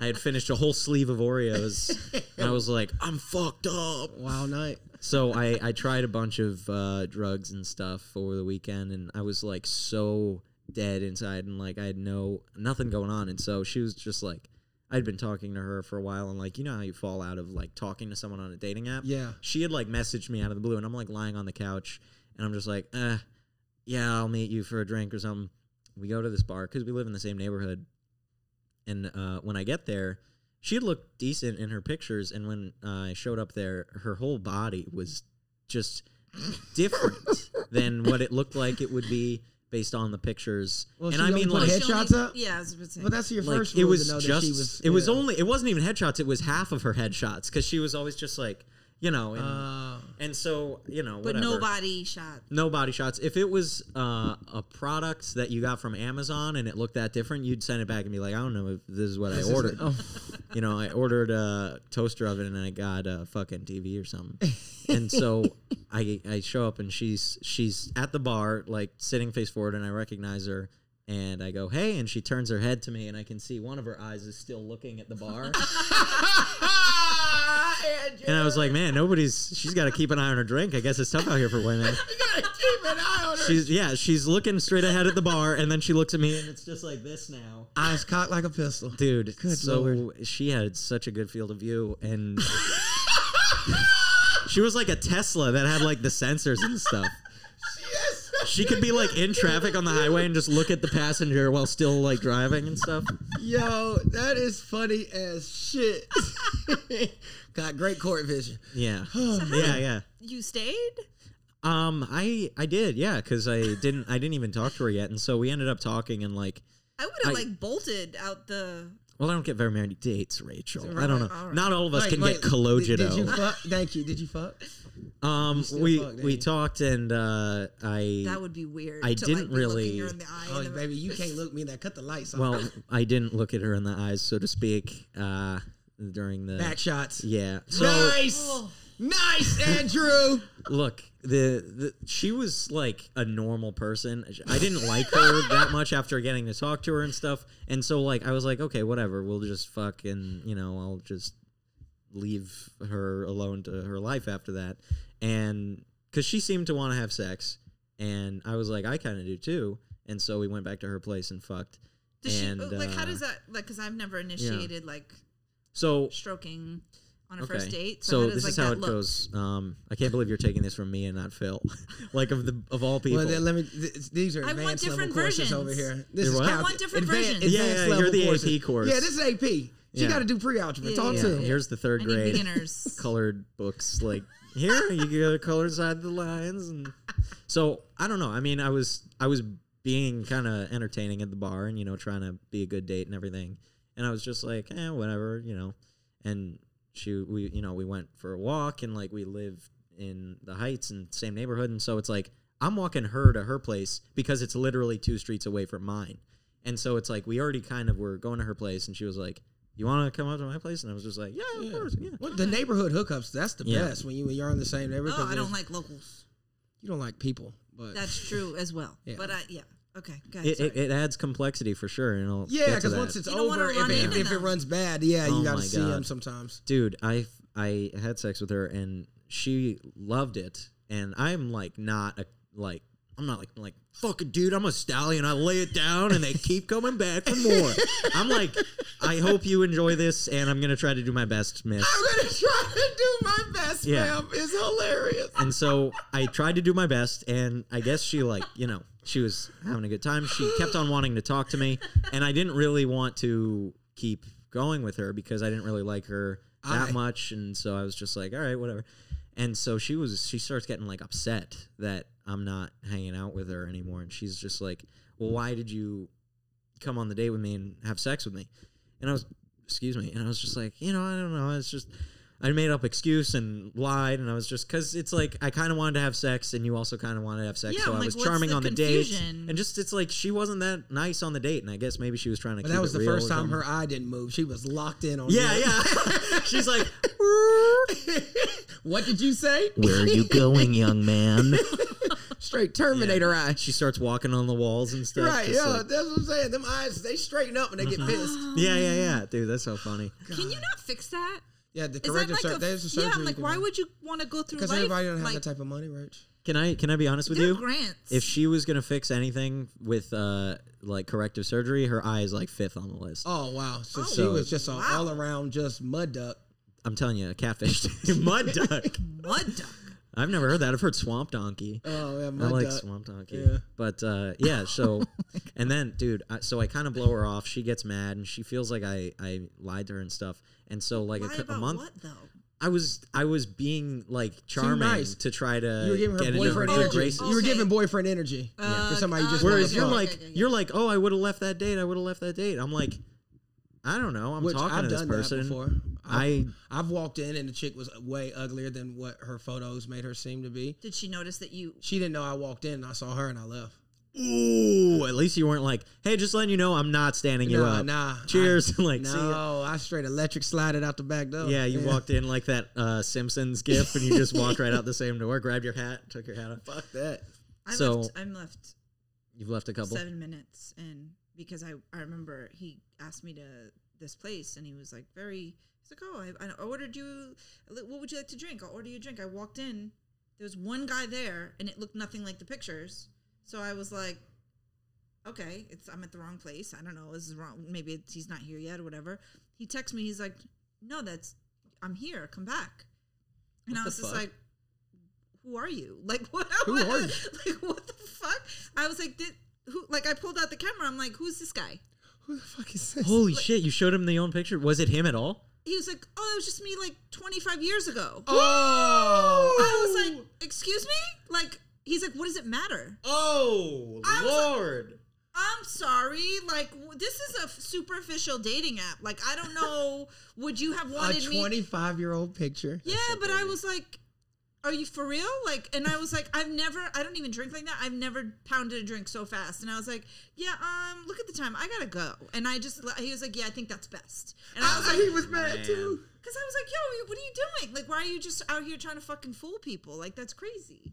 [SPEAKER 5] I had finished a whole sleeve of Oreos. and I was like, I'm fucked up.
[SPEAKER 3] wow, night.
[SPEAKER 5] So I, I tried a bunch of uh, drugs and stuff over the weekend, and I was like so dead inside, and like I had no nothing going on, and so she was just like, I'd been talking to her for a while, and like you know how you fall out of like talking to someone on a dating app.
[SPEAKER 3] Yeah.
[SPEAKER 5] She had like messaged me out of the blue, and I'm like lying on the couch, and I'm just like, eh, yeah, I'll meet you for a drink or something. We go to this bar because we live in the same neighborhood, and uh, when I get there, she had looked decent in her pictures, and when I showed up there, her whole body was just different than what it looked like it would be based on the pictures.
[SPEAKER 3] Well,
[SPEAKER 5] and
[SPEAKER 3] she
[SPEAKER 5] I
[SPEAKER 3] only
[SPEAKER 5] mean,
[SPEAKER 3] put
[SPEAKER 5] like,
[SPEAKER 3] head-
[SPEAKER 4] she only-
[SPEAKER 3] Headshots up?
[SPEAKER 4] Yeah, I was about to say.
[SPEAKER 3] But that's your
[SPEAKER 5] like,
[SPEAKER 3] first
[SPEAKER 5] it
[SPEAKER 3] rule
[SPEAKER 5] was
[SPEAKER 3] to know
[SPEAKER 5] just
[SPEAKER 3] that she was.
[SPEAKER 5] it was
[SPEAKER 3] yeah.
[SPEAKER 5] only it wasn't even headshots. It was half of her headshots because she was always just like you know, and,
[SPEAKER 3] Uh,
[SPEAKER 5] and so you know,
[SPEAKER 4] but
[SPEAKER 5] whatever.
[SPEAKER 4] nobody shot.
[SPEAKER 5] No body shots. If it was uh, a product that you got from Amazon and it looked that different, you'd send it back and be like, I don't know if this is what
[SPEAKER 3] this is-
[SPEAKER 5] I ordered.
[SPEAKER 3] oh,
[SPEAKER 5] You know, I ordered a toaster oven and I got a fucking TV or something. and so I I show up and she's she's at the bar, like sitting face forward, and I recognize her. And I go, hey, and she turns her head to me, and I can see one of her eyes is still looking at the bar. Ah, and I was like, man, nobody's, she's got to keep an eye on her drink. I guess it's tough out here for women.
[SPEAKER 3] you gotta keep an eye on her.
[SPEAKER 5] She's yeah, she's looking straight ahead at the bar, and then she looks at me, and it's just like this now,
[SPEAKER 3] Eyes cocked like a pistol.
[SPEAKER 5] dude.
[SPEAKER 3] Good
[SPEAKER 5] so
[SPEAKER 3] lord.
[SPEAKER 5] she had such a good field of view, and she was like a Tesla that had like the sensors and stuff. She could be like in traffic on the highway and just look at the passenger while still like driving and stuff.
[SPEAKER 3] Yo, that is funny as shit. Got great court vision.
[SPEAKER 5] Yeah, yeah, yeah.
[SPEAKER 4] You stayed?
[SPEAKER 5] Um, I I did, yeah, because I didn't I didn't even talk to her yet, and so we ended up talking and like
[SPEAKER 4] I would have
[SPEAKER 5] I-
[SPEAKER 4] like bolted out the.
[SPEAKER 5] Well, I don't get very many dates, Rachel. I don't know.
[SPEAKER 4] all right.
[SPEAKER 5] Not all of us
[SPEAKER 3] Wait,
[SPEAKER 5] can
[SPEAKER 3] wait,
[SPEAKER 5] get Cologito.
[SPEAKER 3] Did, did you fuck? Thank you. Did you fuck?
[SPEAKER 5] um,
[SPEAKER 3] still
[SPEAKER 5] we
[SPEAKER 3] fuck,
[SPEAKER 5] we
[SPEAKER 3] Danny.
[SPEAKER 5] talked and uh, I
[SPEAKER 4] That would be weird.
[SPEAKER 5] I
[SPEAKER 4] to,
[SPEAKER 5] didn't
[SPEAKER 4] like, be looking
[SPEAKER 5] really-
[SPEAKER 4] her in the eye
[SPEAKER 3] Oh,
[SPEAKER 4] and the-
[SPEAKER 3] baby, you can't look me in that. Cut the lights off.
[SPEAKER 5] well I didn't look at her in the eyes, so to speak, uh, during the
[SPEAKER 3] back shots.
[SPEAKER 5] yeah. So
[SPEAKER 3] nice, nice, Andrew.
[SPEAKER 5] look, the, the she was like a normal person. I didn't like her that much after getting to talk to her and stuff, and so like I was like, okay, whatever, we'll just fuck and you know I'll just leave her alone to her life after that, and because she seemed to want to have sex, and I was like, I kind of do too, and so we went back to her place and fucked.
[SPEAKER 4] Does she,
[SPEAKER 5] and
[SPEAKER 4] like, how
[SPEAKER 5] uh,
[SPEAKER 4] does that? Like, because I've never initiated like
[SPEAKER 5] so
[SPEAKER 4] stroking on a
[SPEAKER 5] Okay.
[SPEAKER 4] first date.
[SPEAKER 5] So,
[SPEAKER 4] how does,
[SPEAKER 5] this
[SPEAKER 4] like,
[SPEAKER 5] is how
[SPEAKER 4] that
[SPEAKER 5] it
[SPEAKER 4] look?
[SPEAKER 5] goes. Um, I can't believe you're taking this from me and not Phil. like of the of all people.
[SPEAKER 3] Well, then let me. Th- these are
[SPEAKER 4] I want
[SPEAKER 3] advanced level
[SPEAKER 4] different
[SPEAKER 3] courses
[SPEAKER 4] versions.
[SPEAKER 3] over here. This is
[SPEAKER 5] what? I
[SPEAKER 3] calc-
[SPEAKER 4] want different
[SPEAKER 3] advan-
[SPEAKER 4] versions.
[SPEAKER 3] advanced
[SPEAKER 5] Yeah, yeah,
[SPEAKER 3] level
[SPEAKER 5] you're the AP
[SPEAKER 3] courses.
[SPEAKER 5] course.
[SPEAKER 3] Yeah, this is AP. She
[SPEAKER 5] Yeah.
[SPEAKER 3] got to do pre-algebra.
[SPEAKER 4] Yeah,
[SPEAKER 3] Talk
[SPEAKER 4] yeah,
[SPEAKER 3] to
[SPEAKER 4] yeah.
[SPEAKER 3] him.
[SPEAKER 5] Here's the third
[SPEAKER 4] I need
[SPEAKER 5] grade
[SPEAKER 4] beginners.
[SPEAKER 5] colored books. Like here, you go to color side of the lines, and so I don't know. I mean, I was I was being kind of entertaining at the bar, and you know, trying to be a good date and everything. And I was just like, eh, whatever, you know. And she, we, you know, we went for a walk, and like we live in the Heights and same neighborhood, and so it's like I'm walking her to her place because it's literally two streets away from mine. And so it's like we already kind of were going to her place, and she was like, "You want to come up to my place?" And I was just like, "Yeah, of course, yeah."
[SPEAKER 3] What- the neighborhood hookups. That's the
[SPEAKER 5] Yeah.
[SPEAKER 3] best when you when you're in the same neighborhood.
[SPEAKER 4] Oh, I
[SPEAKER 3] 'cause
[SPEAKER 4] don't like locals.
[SPEAKER 3] You don't like people, but
[SPEAKER 4] That's true as well.
[SPEAKER 3] Yeah.
[SPEAKER 4] But I, yeah, Okay, good.
[SPEAKER 5] It, it, it adds complexity for sure. And I'll
[SPEAKER 3] Yeah,
[SPEAKER 5] because
[SPEAKER 3] because once it's
[SPEAKER 4] You don't wanna
[SPEAKER 3] over, if,
[SPEAKER 4] run
[SPEAKER 3] it-
[SPEAKER 4] into
[SPEAKER 3] if it
[SPEAKER 4] them.
[SPEAKER 3] runs bad, yeah,
[SPEAKER 5] Oh
[SPEAKER 3] you got to
[SPEAKER 5] my
[SPEAKER 3] see
[SPEAKER 5] God.
[SPEAKER 3] them sometimes.
[SPEAKER 5] dude i i had sex with her and she loved it and i'm like not a like i'm not like like fuck it dude i'm a stallion i lay it down and they keep coming back for more i'm like i hope you enjoy this and i'm gonna try to do my best miss
[SPEAKER 3] I'm gonna try to do my best,
[SPEAKER 5] Yeah.
[SPEAKER 3] ma'am. It's hilarious.
[SPEAKER 5] and so i tried to do my best and i guess she like you know she was having a good time she kept on wanting to talk to me and i didn't really want to keep going with her because i didn't really like her that
[SPEAKER 3] I-
[SPEAKER 5] much and so i was just like all right whatever and so she was she starts getting like upset that i'm not hanging out with her anymore and she's just like well why did you come on the date with me and have sex with me and i was excuse me and i was just like you know i don't know it's just i made up excuse and lied and i was just because it's like i kind of wanted to have sex and you also kind of wanted to have sex
[SPEAKER 4] Yeah,
[SPEAKER 5] so
[SPEAKER 4] I'm
[SPEAKER 5] i
[SPEAKER 4] like,
[SPEAKER 5] was
[SPEAKER 4] what's
[SPEAKER 5] charming
[SPEAKER 4] the
[SPEAKER 5] on the
[SPEAKER 4] confusion?
[SPEAKER 5] date and just it's like she wasn't that nice on the date and i guess maybe she was trying to
[SPEAKER 3] But
[SPEAKER 5] keep
[SPEAKER 3] that was
[SPEAKER 5] it
[SPEAKER 3] the
[SPEAKER 5] real
[SPEAKER 3] first
[SPEAKER 5] or
[SPEAKER 3] time
[SPEAKER 5] something.
[SPEAKER 3] her eye didn't move. She was locked in on.
[SPEAKER 5] yeah
[SPEAKER 3] you.
[SPEAKER 5] yeah she's like
[SPEAKER 3] what did you say?
[SPEAKER 5] where are you going young man
[SPEAKER 3] Straight Terminator eye.
[SPEAKER 5] she starts walking on the walls and stuff
[SPEAKER 3] Right,
[SPEAKER 5] just
[SPEAKER 3] yeah,
[SPEAKER 5] like-
[SPEAKER 3] that's what I'm saying. Them eyes, they straighten up and they get pissed.
[SPEAKER 5] yeah yeah yeah dude that's so funny
[SPEAKER 4] Can you not fix that?
[SPEAKER 3] Yeah, the
[SPEAKER 4] Is that
[SPEAKER 3] corrective
[SPEAKER 4] like
[SPEAKER 3] sur-
[SPEAKER 4] a,
[SPEAKER 3] there's a surgery.
[SPEAKER 4] yeah? I'm like, why would you want to go through life?
[SPEAKER 3] Because everybody don't have
[SPEAKER 4] like,
[SPEAKER 3] that type of money, Roach.
[SPEAKER 5] can i can i be honest with
[SPEAKER 4] there are
[SPEAKER 5] you
[SPEAKER 4] grants.
[SPEAKER 5] if she was gonna fix anything with uh like corrective surgery, her eye is like fifth on the list.
[SPEAKER 3] Oh wow, so
[SPEAKER 4] Oh,
[SPEAKER 3] she was just an
[SPEAKER 4] wow.
[SPEAKER 3] all around just mud duck.
[SPEAKER 5] I'm telling you, a catfish, mud duck.
[SPEAKER 4] mud duck.
[SPEAKER 5] I've never heard that. I've heard swamp donkey.
[SPEAKER 3] Oh yeah,
[SPEAKER 5] I
[SPEAKER 3] mud
[SPEAKER 5] like
[SPEAKER 3] duck.
[SPEAKER 5] swamp donkey.
[SPEAKER 3] Yeah. Oh
[SPEAKER 5] But uh, yeah, so and then, dude, I, so I kind of blow her off. She gets mad and she feels like I I lied to her and stuff. And so like a,
[SPEAKER 4] Why
[SPEAKER 5] cou- a
[SPEAKER 4] about
[SPEAKER 5] month,
[SPEAKER 4] what though?
[SPEAKER 5] I was I was being like charming
[SPEAKER 3] nice.
[SPEAKER 5] to try to
[SPEAKER 3] You were giving her
[SPEAKER 5] get into
[SPEAKER 3] boyfriend
[SPEAKER 5] good
[SPEAKER 3] energy. Oh,
[SPEAKER 5] graces.
[SPEAKER 3] You were
[SPEAKER 4] Okay.
[SPEAKER 3] giving boyfriend energy for somebody you just.
[SPEAKER 4] okay.
[SPEAKER 3] wanted
[SPEAKER 5] Whereas
[SPEAKER 3] to
[SPEAKER 5] you're
[SPEAKER 3] fuck.
[SPEAKER 5] like
[SPEAKER 4] yeah, yeah, yeah.
[SPEAKER 5] you're like, oh, I would have left that date. I would have left that date. I'm like, I don't know. I'm
[SPEAKER 3] Which
[SPEAKER 5] talking
[SPEAKER 3] I've
[SPEAKER 5] to this
[SPEAKER 3] done
[SPEAKER 5] person.
[SPEAKER 3] that before.
[SPEAKER 5] I
[SPEAKER 3] I've walked in and the chick was way uglier than what her photos made her seem to be.
[SPEAKER 4] Did she notice that you?
[SPEAKER 3] She didn't know I walked in and I saw her and I left.
[SPEAKER 5] ooh, at least you weren't like, hey, just letting you know, I'm not standing you
[SPEAKER 3] Nah,
[SPEAKER 5] up.
[SPEAKER 3] nah.
[SPEAKER 5] Cheers. like, see ya.
[SPEAKER 3] No, I straight electric slided out the back door.
[SPEAKER 5] Yeah, you walked in like that uh, Simpsons gif, and you just walked right out the same door, grabbed your hat, took your hat off.
[SPEAKER 3] Fuck that.
[SPEAKER 4] I
[SPEAKER 5] So-
[SPEAKER 4] left, I'm left
[SPEAKER 5] You've left a couple.
[SPEAKER 4] seven minutes and because I, I remember he asked me to this place and he was like very he's like oh I, I ordered you what would you like to drink i'll order you a drink i walked in there was one guy there and it looked nothing like the pictures so i was like okay it's i'm at the wrong place i don't know this is wrong maybe it's, he's not here yet or whatever he texts me he's like no that's i'm here come back and
[SPEAKER 5] What
[SPEAKER 4] i
[SPEAKER 5] the
[SPEAKER 4] was just
[SPEAKER 5] fuck?
[SPEAKER 4] like who are you? Like what?
[SPEAKER 3] Who are you?
[SPEAKER 4] Like what the fuck? I was like, did who? Like I pulled out the camera. I'm like, who's this guy?
[SPEAKER 3] Who the fuck is this?
[SPEAKER 5] Holy shit! You showed him the own picture. Was it him at all?
[SPEAKER 4] He was like, oh, that was just me like 25 years ago.
[SPEAKER 3] Oh.
[SPEAKER 4] I was like, excuse me? Like he's like, what does it matter?
[SPEAKER 5] Oh
[SPEAKER 4] I was-
[SPEAKER 5] lord!
[SPEAKER 4] I'm sorry. Like w- this is a f- superficial dating app. Like I don't know. would you have
[SPEAKER 3] a
[SPEAKER 4] wanted me?
[SPEAKER 3] 25 year old picture.
[SPEAKER 4] Yeah, but I was like. Are you for real? Like, and I was like, I've never, I don't even drink like that. I've never pounded a drink so fast. And I was like, yeah, um, look at the time. I gotta go. And I just, he was like, yeah, I think that's best. And I was like,
[SPEAKER 3] he was mad too.
[SPEAKER 4] because I was like, yo, what are you doing? Like, why are you just out here trying to fucking fool people? Like, that's crazy.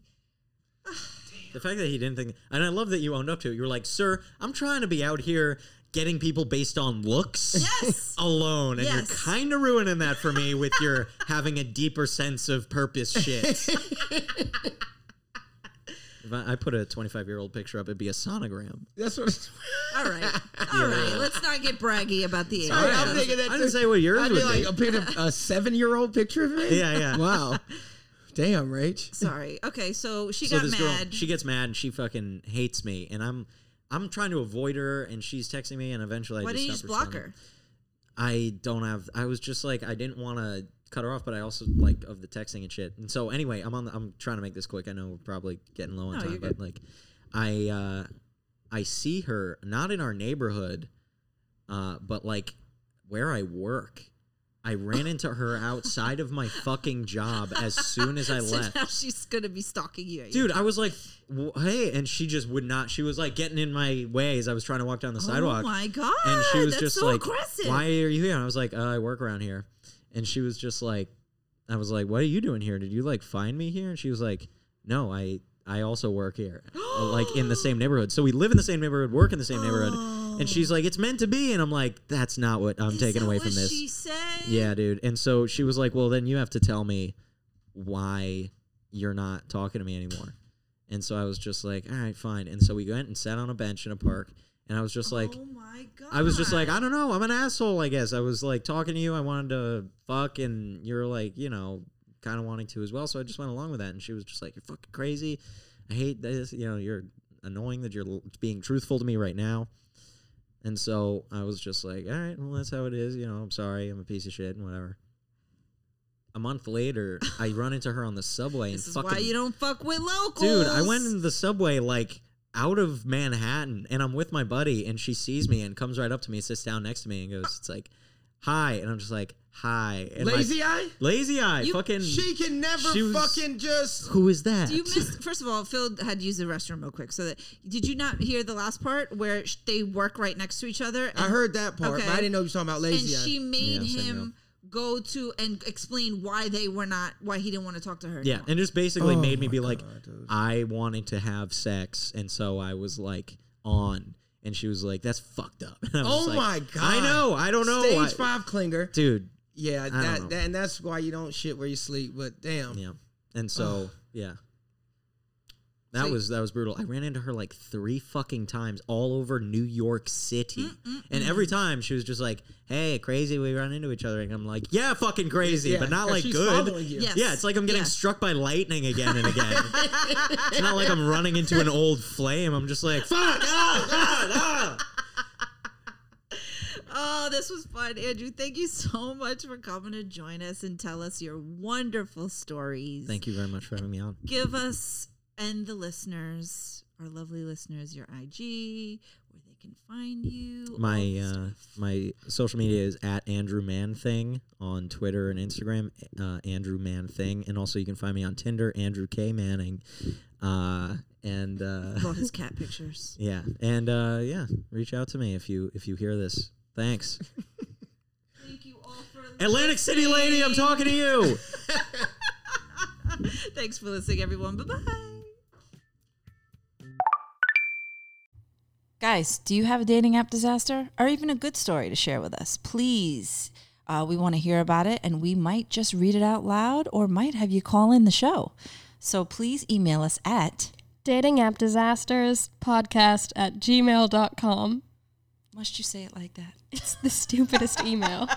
[SPEAKER 5] The fact that he didn't think, and I love that you owned up to it. You were like, "Sir, I'm trying to be out here getting people based on looks
[SPEAKER 4] Yes.
[SPEAKER 5] alone, and you're
[SPEAKER 4] Yes.
[SPEAKER 5] kind of ruining that for me with your having a deeper sense of purpose." Shit. if I, I put a 25 year old picture up, it'd be a sonogram.
[SPEAKER 3] That's what it's.
[SPEAKER 4] All right. all right. Let's not get braggy about the age.
[SPEAKER 5] All right.
[SPEAKER 3] I'm thinking that
[SPEAKER 5] I didn't
[SPEAKER 3] too.
[SPEAKER 5] say what yours
[SPEAKER 3] I'd
[SPEAKER 5] would
[SPEAKER 3] be like
[SPEAKER 5] be.
[SPEAKER 3] a, picture, a seven year old picture of me?
[SPEAKER 5] Yeah, yeah.
[SPEAKER 3] Wow. Damn, Rach.
[SPEAKER 4] Sorry. Okay. So she
[SPEAKER 5] so
[SPEAKER 4] got
[SPEAKER 5] this
[SPEAKER 4] mad.
[SPEAKER 5] girl, she gets mad and she fucking hates me, and I'm. I'm trying to avoid her, and she's texting me, and eventually
[SPEAKER 4] why
[SPEAKER 5] I just
[SPEAKER 4] didn't you
[SPEAKER 5] stop
[SPEAKER 4] just block
[SPEAKER 5] responding.
[SPEAKER 4] her?
[SPEAKER 5] I don't have. I was just like I didn't want to cut her off, but I also like of the texting and shit. And so anyway, I'm on. The, I'm trying to make this quick. I know we're probably getting low on
[SPEAKER 4] No,
[SPEAKER 5] time,
[SPEAKER 4] you're
[SPEAKER 5] but like, I uh, I see her not in our neighborhood, uh, but like where I work. I ran into her outside of my fucking job as soon as I
[SPEAKER 4] so
[SPEAKER 5] left.
[SPEAKER 4] now she's gonna be stalking you. at your
[SPEAKER 5] Dude, I was like, "W- "Hey," and she just would not. She was like getting in my way as I was trying to walk down the sidewalk
[SPEAKER 4] Oh my god!
[SPEAKER 5] and she was
[SPEAKER 4] that's
[SPEAKER 5] just
[SPEAKER 4] so
[SPEAKER 5] like,
[SPEAKER 4] aggressive.
[SPEAKER 5] "Why are you here?" And I was like, uh, "I work around here," and she was just like, "I was like, what are you doing here? Did you like find me here?" And she was like, "No, I." I also work here, uh, like in the same neighborhood. So we live in the same neighborhood, work in the same neighborhood, and she's like, "It's meant to be," and I'm like, "That's not what I'm
[SPEAKER 4] Oh. Is
[SPEAKER 5] taking
[SPEAKER 4] that
[SPEAKER 5] away
[SPEAKER 4] what
[SPEAKER 5] from this."
[SPEAKER 4] She said.
[SPEAKER 5] Yeah, dude. And so she was like, "Well, then you have to tell me why you're not talking to me anymore." And so I was just like, "All right, fine." And so we went and sat on a bench in a park, and I was just like,
[SPEAKER 4] oh my god.
[SPEAKER 5] I was just like, I don't know. I'm an asshole, I guess. I was like talking to you. I wanted to fuck, and you're like, you know, kind of wanting to as well. So I just went along with that. And she was just like, you're fucking crazy. I hate this. You know, you're annoying that you're l- being truthful to me right now. And so I was just like, all right, well, that's how it is. You know, I'm sorry. I'm a piece of shit and whatever. A month later, I run into her on the subway
[SPEAKER 4] This
[SPEAKER 5] and
[SPEAKER 4] is
[SPEAKER 5] fucking
[SPEAKER 4] why you don't fuck with locals,
[SPEAKER 5] Dude, I went into the subway like out of Manhattan and I'm with my buddy and she sees me and comes right up to me, sits down next to me and goes, It's like, hi. And I'm just like, hi. And my-
[SPEAKER 3] Lazy eye.
[SPEAKER 5] lazy eye.
[SPEAKER 4] You-
[SPEAKER 5] fucking
[SPEAKER 3] She can never
[SPEAKER 5] She was-
[SPEAKER 3] fucking just.
[SPEAKER 5] Who is that?
[SPEAKER 4] Do you miss? First of all, Phil had to use the restroom real quick. So that did you not hear the last part where sh- they work right next to each other? And,
[SPEAKER 3] I heard that part, but I
[SPEAKER 4] Okay.
[SPEAKER 3] didn't know you were talking about
[SPEAKER 4] and
[SPEAKER 3] lazy eye.
[SPEAKER 4] she made
[SPEAKER 5] Yeah, same
[SPEAKER 4] him go to and explain why they were not, why he didn't want to talk to her.
[SPEAKER 5] yeah.
[SPEAKER 4] anymore.
[SPEAKER 5] And just basically
[SPEAKER 3] Oh
[SPEAKER 5] made me
[SPEAKER 3] my
[SPEAKER 5] be like,
[SPEAKER 3] God, dude.
[SPEAKER 5] I wanted to have sex. And so I was like, on. And she was like, that's fucked up. And I was
[SPEAKER 3] Oh
[SPEAKER 5] just like,
[SPEAKER 3] my God.
[SPEAKER 5] I know. I don't know.
[SPEAKER 3] Stage
[SPEAKER 5] I-
[SPEAKER 3] five clinger.
[SPEAKER 5] Dude.
[SPEAKER 3] Yeah,
[SPEAKER 5] don't
[SPEAKER 3] that,
[SPEAKER 5] know.
[SPEAKER 3] that and that's why you don't shit where you sleep. But damn,
[SPEAKER 5] Yeah. And so, yeah. That
[SPEAKER 3] So-
[SPEAKER 5] was that was brutal. I ran into her like three fucking times all over New York City. And every time she was just like, "Hey, crazy, we run into each other." And I'm like, "Yeah, fucking crazy,
[SPEAKER 3] Yeah,
[SPEAKER 5] but not
[SPEAKER 3] 'cause
[SPEAKER 5] like
[SPEAKER 3] she's
[SPEAKER 5] good."
[SPEAKER 3] following you.
[SPEAKER 4] Yes.
[SPEAKER 5] Yeah, it's like I'm getting
[SPEAKER 4] Yeah.
[SPEAKER 5] struck by lightning again and again. it's not like I'm running into an old flame. I'm just like, "Fuck, ah, God, ah."
[SPEAKER 4] Oh, this was fun, Andrew. Thank you so much for coming to join us and tell us your wonderful stories.
[SPEAKER 5] Thank you very much for having me on.
[SPEAKER 4] Give us and the listeners, our lovely listeners, your IG, where they can find you. all
[SPEAKER 5] my
[SPEAKER 4] this
[SPEAKER 5] uh,
[SPEAKER 4] stuff.
[SPEAKER 5] my social media is at Andrew Man Thing on Twitter and Instagram, uh, Andrew Man Thing, and also you can find me on Tinder, Andrew K Manning, uh, and uh,
[SPEAKER 4] Love his cat pictures.
[SPEAKER 5] yeah, and uh, yeah, reach out to me if you if you hear this. Thanks,
[SPEAKER 4] Thank you all for
[SPEAKER 5] Atlantic City lady, I'm talking to you.
[SPEAKER 4] Thanks for listening, everyone. Bye bye.
[SPEAKER 6] Guys, do you have a dating app disaster or even a good story to share with us? Please, uh, we want to hear about it and we might just read it out loud or might have you call in the show. So please email us at
[SPEAKER 7] Dating app disasters podcast at gmail.com.
[SPEAKER 6] must you say it like that?
[SPEAKER 7] It's the stupidest email.